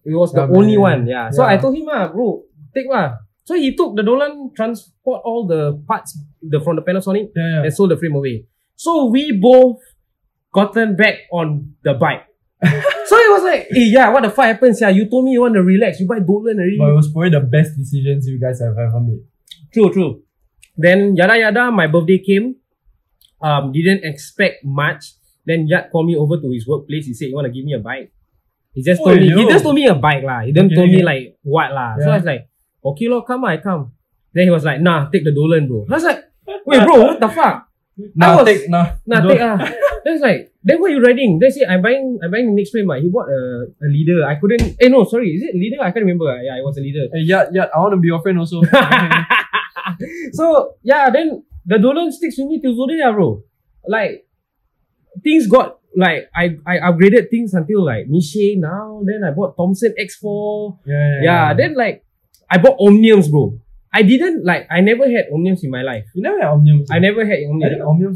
[SPEAKER 2] It was the
[SPEAKER 1] Yeah, man,
[SPEAKER 2] only
[SPEAKER 1] yeah.
[SPEAKER 2] one, yeah. So
[SPEAKER 1] Yeah.
[SPEAKER 2] I told him ah, bro, take lah. So he took the Dolan transport all the parts the from the Panasonic
[SPEAKER 1] Yeah, yeah.
[SPEAKER 2] and sold the frame away. So we both gotten back on the bike. <laughs> so it was like, eh, yeah, what the fuck happens here? You told me you want to relax, you buy Dolan already.
[SPEAKER 1] But it was probably the best decisions you guys have ever made.
[SPEAKER 2] True, true. Then yada yada, my birthday came. Um, didn't expect much. Then Yad called me over to his workplace. He said, "You want to give me a bike?" He just told
[SPEAKER 1] Oh,
[SPEAKER 2] me. He
[SPEAKER 1] yo.
[SPEAKER 2] just told me a bike lah. He didn't
[SPEAKER 1] Okay,
[SPEAKER 2] tell me
[SPEAKER 1] yeah.
[SPEAKER 2] like what lah. So
[SPEAKER 1] Yeah.
[SPEAKER 2] I was like, "Okay, lor, come, I come." Then he was like, "Nah, take the Dolan, bro." I was like, "Wait, bro, what the fuck?"
[SPEAKER 1] Nah,
[SPEAKER 2] was-
[SPEAKER 1] take, nah.
[SPEAKER 2] Nah,
[SPEAKER 1] don't-
[SPEAKER 2] take ah. Then it's like, then what you riding? Then say I'm buying, I'm buying next frame. Ah, he bought a, a leader. I couldn't. Eh no, sorry, is it leader? I can't remember. ah. Yeah, it was a leader.
[SPEAKER 1] Hey, Yad, Yad, I want to be your friend
[SPEAKER 2] <laughs>
[SPEAKER 1] also. Okay.
[SPEAKER 2] so yeah, then the Dolan sticks with me till today, ah, bro. Like things got like I I upgraded things until like Niche now. Then I bought Thompson X4.
[SPEAKER 1] yeah,
[SPEAKER 2] Yeah, then like I bought Omniums, bro. I didn't like I never had Omniums in my life.
[SPEAKER 1] you never had Omniums.
[SPEAKER 2] I never
[SPEAKER 1] I
[SPEAKER 2] had
[SPEAKER 1] think
[SPEAKER 2] Omniums.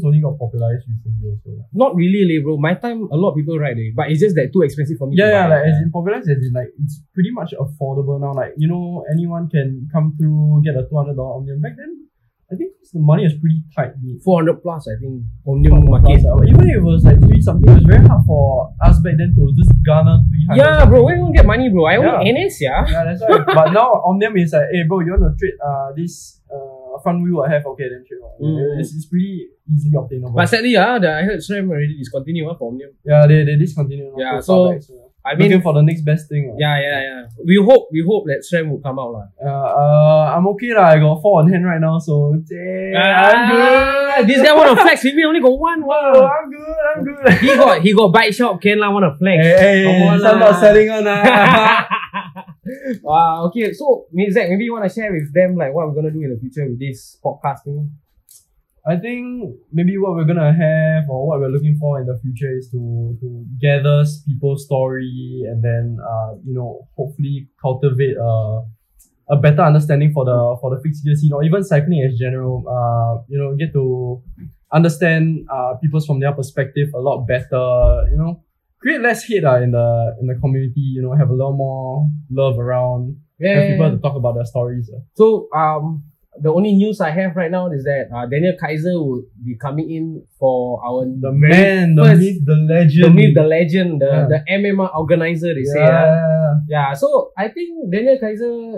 [SPEAKER 1] Omniums only got popularized recently also.
[SPEAKER 2] Not really, leh, bro. My time, a lot of people ride, eh, but it's just that too expensive for me.
[SPEAKER 1] Yeah,
[SPEAKER 2] to
[SPEAKER 1] yeah,
[SPEAKER 2] buy.
[SPEAKER 1] like as in popularized as in like it's pretty much affordable now. Like, you know, anyone can come through, get a two hundred dollar Omnium. Back then, I think the money is pretty tight. dude.
[SPEAKER 2] 400 plus, I think, Omnium market.
[SPEAKER 1] Plus, uh, even if it was like three something, it was very hard for us back then to just garner three hundred.
[SPEAKER 2] Yeah, bro, where you gonna get money, bro? I own
[SPEAKER 1] Yeah.
[SPEAKER 2] NS, yeah.
[SPEAKER 1] Yeah, that's why. but now Omnium is like, hey bro, you wanna trade uh this uh front wheel I have, okay then trade. lah.
[SPEAKER 2] Mm.
[SPEAKER 1] It's, it's pretty easily obtainable.
[SPEAKER 2] But sadly, yeah, the, I heard SRAM already discontinued ah, for Omnium.
[SPEAKER 1] yeah, they, they discontinued.
[SPEAKER 2] Yeah,
[SPEAKER 1] Those
[SPEAKER 2] so-
[SPEAKER 1] outlets, yeah.
[SPEAKER 2] I
[SPEAKER 1] looking
[SPEAKER 2] mean,
[SPEAKER 1] for the next best thing. ah.
[SPEAKER 2] yeah, yeah, yeah. We hope, we hope that SRAM will come out, lah.
[SPEAKER 1] Uh, uh, I'm okay lah. I got four on hand right now, so damn, I'm good.
[SPEAKER 2] Ah, This guy wanna flex with me, only got one.
[SPEAKER 1] Wow,
[SPEAKER 2] Wow.
[SPEAKER 1] I'm good. I'm good.
[SPEAKER 2] He got, he got bike shop. Ken lah wanna
[SPEAKER 1] hey,
[SPEAKER 2] flex.
[SPEAKER 1] hey,
[SPEAKER 2] Come on
[SPEAKER 1] hey, I'm
[SPEAKER 2] lah.
[SPEAKER 1] not selling on ah.
[SPEAKER 2] <laughs> wow. Okay. So, Zach, maybe you wanna share with them like what we're gonna do in the future with this podcasting.
[SPEAKER 1] I think maybe what we're gonna have or what we're looking for in the future is to to gather s- people's story and then uh you know hopefully cultivate a a better understanding for the for the fixed gear scene or even cycling as general. Uh you know get to understand uh people's from their perspective a lot better. You know create less hate uh, in the in the community. You know have a lot more love around. Have people to talk about their stories. Uh.
[SPEAKER 2] So um, the only news I have right now is that uh, Daniel Kaiser will be coming in for our
[SPEAKER 1] The man, the
[SPEAKER 2] first-
[SPEAKER 1] myth, the
[SPEAKER 2] the
[SPEAKER 1] legend.
[SPEAKER 2] myth, the legend, the
[SPEAKER 1] Yeah.
[SPEAKER 2] the MMA organizer. They say yeah.
[SPEAKER 1] yeah.
[SPEAKER 2] yeah. So I think Daniel Kaiser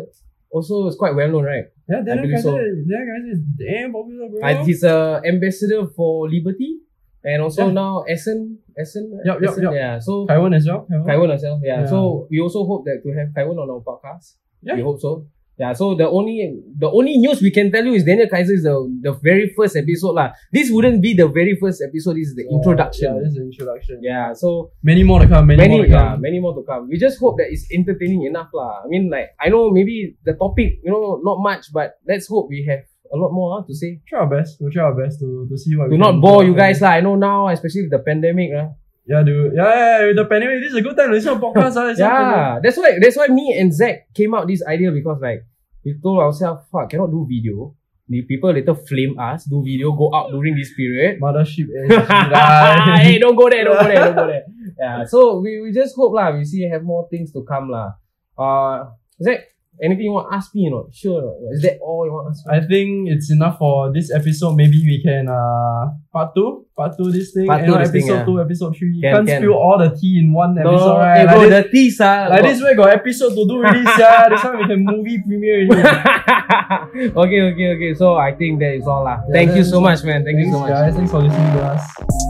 [SPEAKER 2] also is quite well known, right?
[SPEAKER 1] Yeah, Daniel
[SPEAKER 2] believe
[SPEAKER 1] Kaiser,
[SPEAKER 2] so.
[SPEAKER 1] Daniel Kaiser is damn popular, bro.
[SPEAKER 2] Uh, he's a ambassador for Liberty and also
[SPEAKER 1] Yeah.
[SPEAKER 2] now Essen, Essen,
[SPEAKER 1] Yup, yup,
[SPEAKER 2] Essen,
[SPEAKER 1] yup.
[SPEAKER 2] yeah. So
[SPEAKER 1] Taiwan as well. Taiwan.
[SPEAKER 2] Kaiwan as well, yeah.
[SPEAKER 1] Yeah.
[SPEAKER 2] So we also hope that to have Kaiwan on our podcast.
[SPEAKER 1] Yeah.
[SPEAKER 2] We hope so. Yeah, so the only the only news we can tell you is Daniel Kaiser is the, the very first episode lah. This wouldn't be the very first episode. This is the
[SPEAKER 1] Yeah, Oh, Yeah,
[SPEAKER 2] introduction.
[SPEAKER 1] this is introduction.
[SPEAKER 2] Yeah, so
[SPEAKER 1] Many more to come. Many,
[SPEAKER 2] many,
[SPEAKER 1] more to
[SPEAKER 2] yeah,
[SPEAKER 1] come.
[SPEAKER 2] many more to come. We just hope that it's entertaining enough lah. I mean, like I know maybe the topic you know not much, but let's hope we have a lot more ah to say.
[SPEAKER 1] Try our best. We'll try our best to, to see what
[SPEAKER 2] To
[SPEAKER 1] we can
[SPEAKER 2] not bore
[SPEAKER 1] do.
[SPEAKER 2] you guys lah. I know now, especially with the pandemic ah. lah.
[SPEAKER 1] Yeah, dude. Yeah, yeah, yeah, with the pandemic, this is a good time to listen to podcasts. ah. It's not pandemic.
[SPEAKER 2] <laughs> Yeah, that's why that's why me and Zach came out this idea because like we told ourselves, fuck, cannot do video. The people later flame us, do video, go out during this period.
[SPEAKER 1] Mothership. eh,
[SPEAKER 2] <laughs>
[SPEAKER 1] shit, ah.
[SPEAKER 2] hey, don't go there, don't go there, don't go there. <laughs> Yeah, so we, we just hope lah. We see have more things to come lah. Uh, Zach, anything you want to ask me? You know, sure. or not? Is that all you want to ask? Me?
[SPEAKER 1] I think it's enough for this episode. Maybe we can uh part two, part two this thing,
[SPEAKER 2] Part
[SPEAKER 1] and
[SPEAKER 2] two
[SPEAKER 1] not
[SPEAKER 2] this thing,
[SPEAKER 1] episode
[SPEAKER 2] yeah.
[SPEAKER 1] two, episode three.
[SPEAKER 2] Can,
[SPEAKER 1] Can't
[SPEAKER 2] can.
[SPEAKER 1] spill all the tea in one
[SPEAKER 2] No,
[SPEAKER 1] episode, right?
[SPEAKER 2] eh,
[SPEAKER 1] like
[SPEAKER 2] bro,
[SPEAKER 1] this,
[SPEAKER 2] the tease ah.
[SPEAKER 1] like
[SPEAKER 2] got-
[SPEAKER 1] this, we got episode to do already, yeah. This time we can movie premiere. Already.
[SPEAKER 2] <laughs> okay, okay, okay. So I think that is all lah.
[SPEAKER 1] Yeah,
[SPEAKER 2] Thank you
[SPEAKER 1] that
[SPEAKER 2] so
[SPEAKER 1] is-
[SPEAKER 2] much, man. Thank you
[SPEAKER 1] Thanks,
[SPEAKER 2] so much.
[SPEAKER 1] guys. Thanks for listening to us.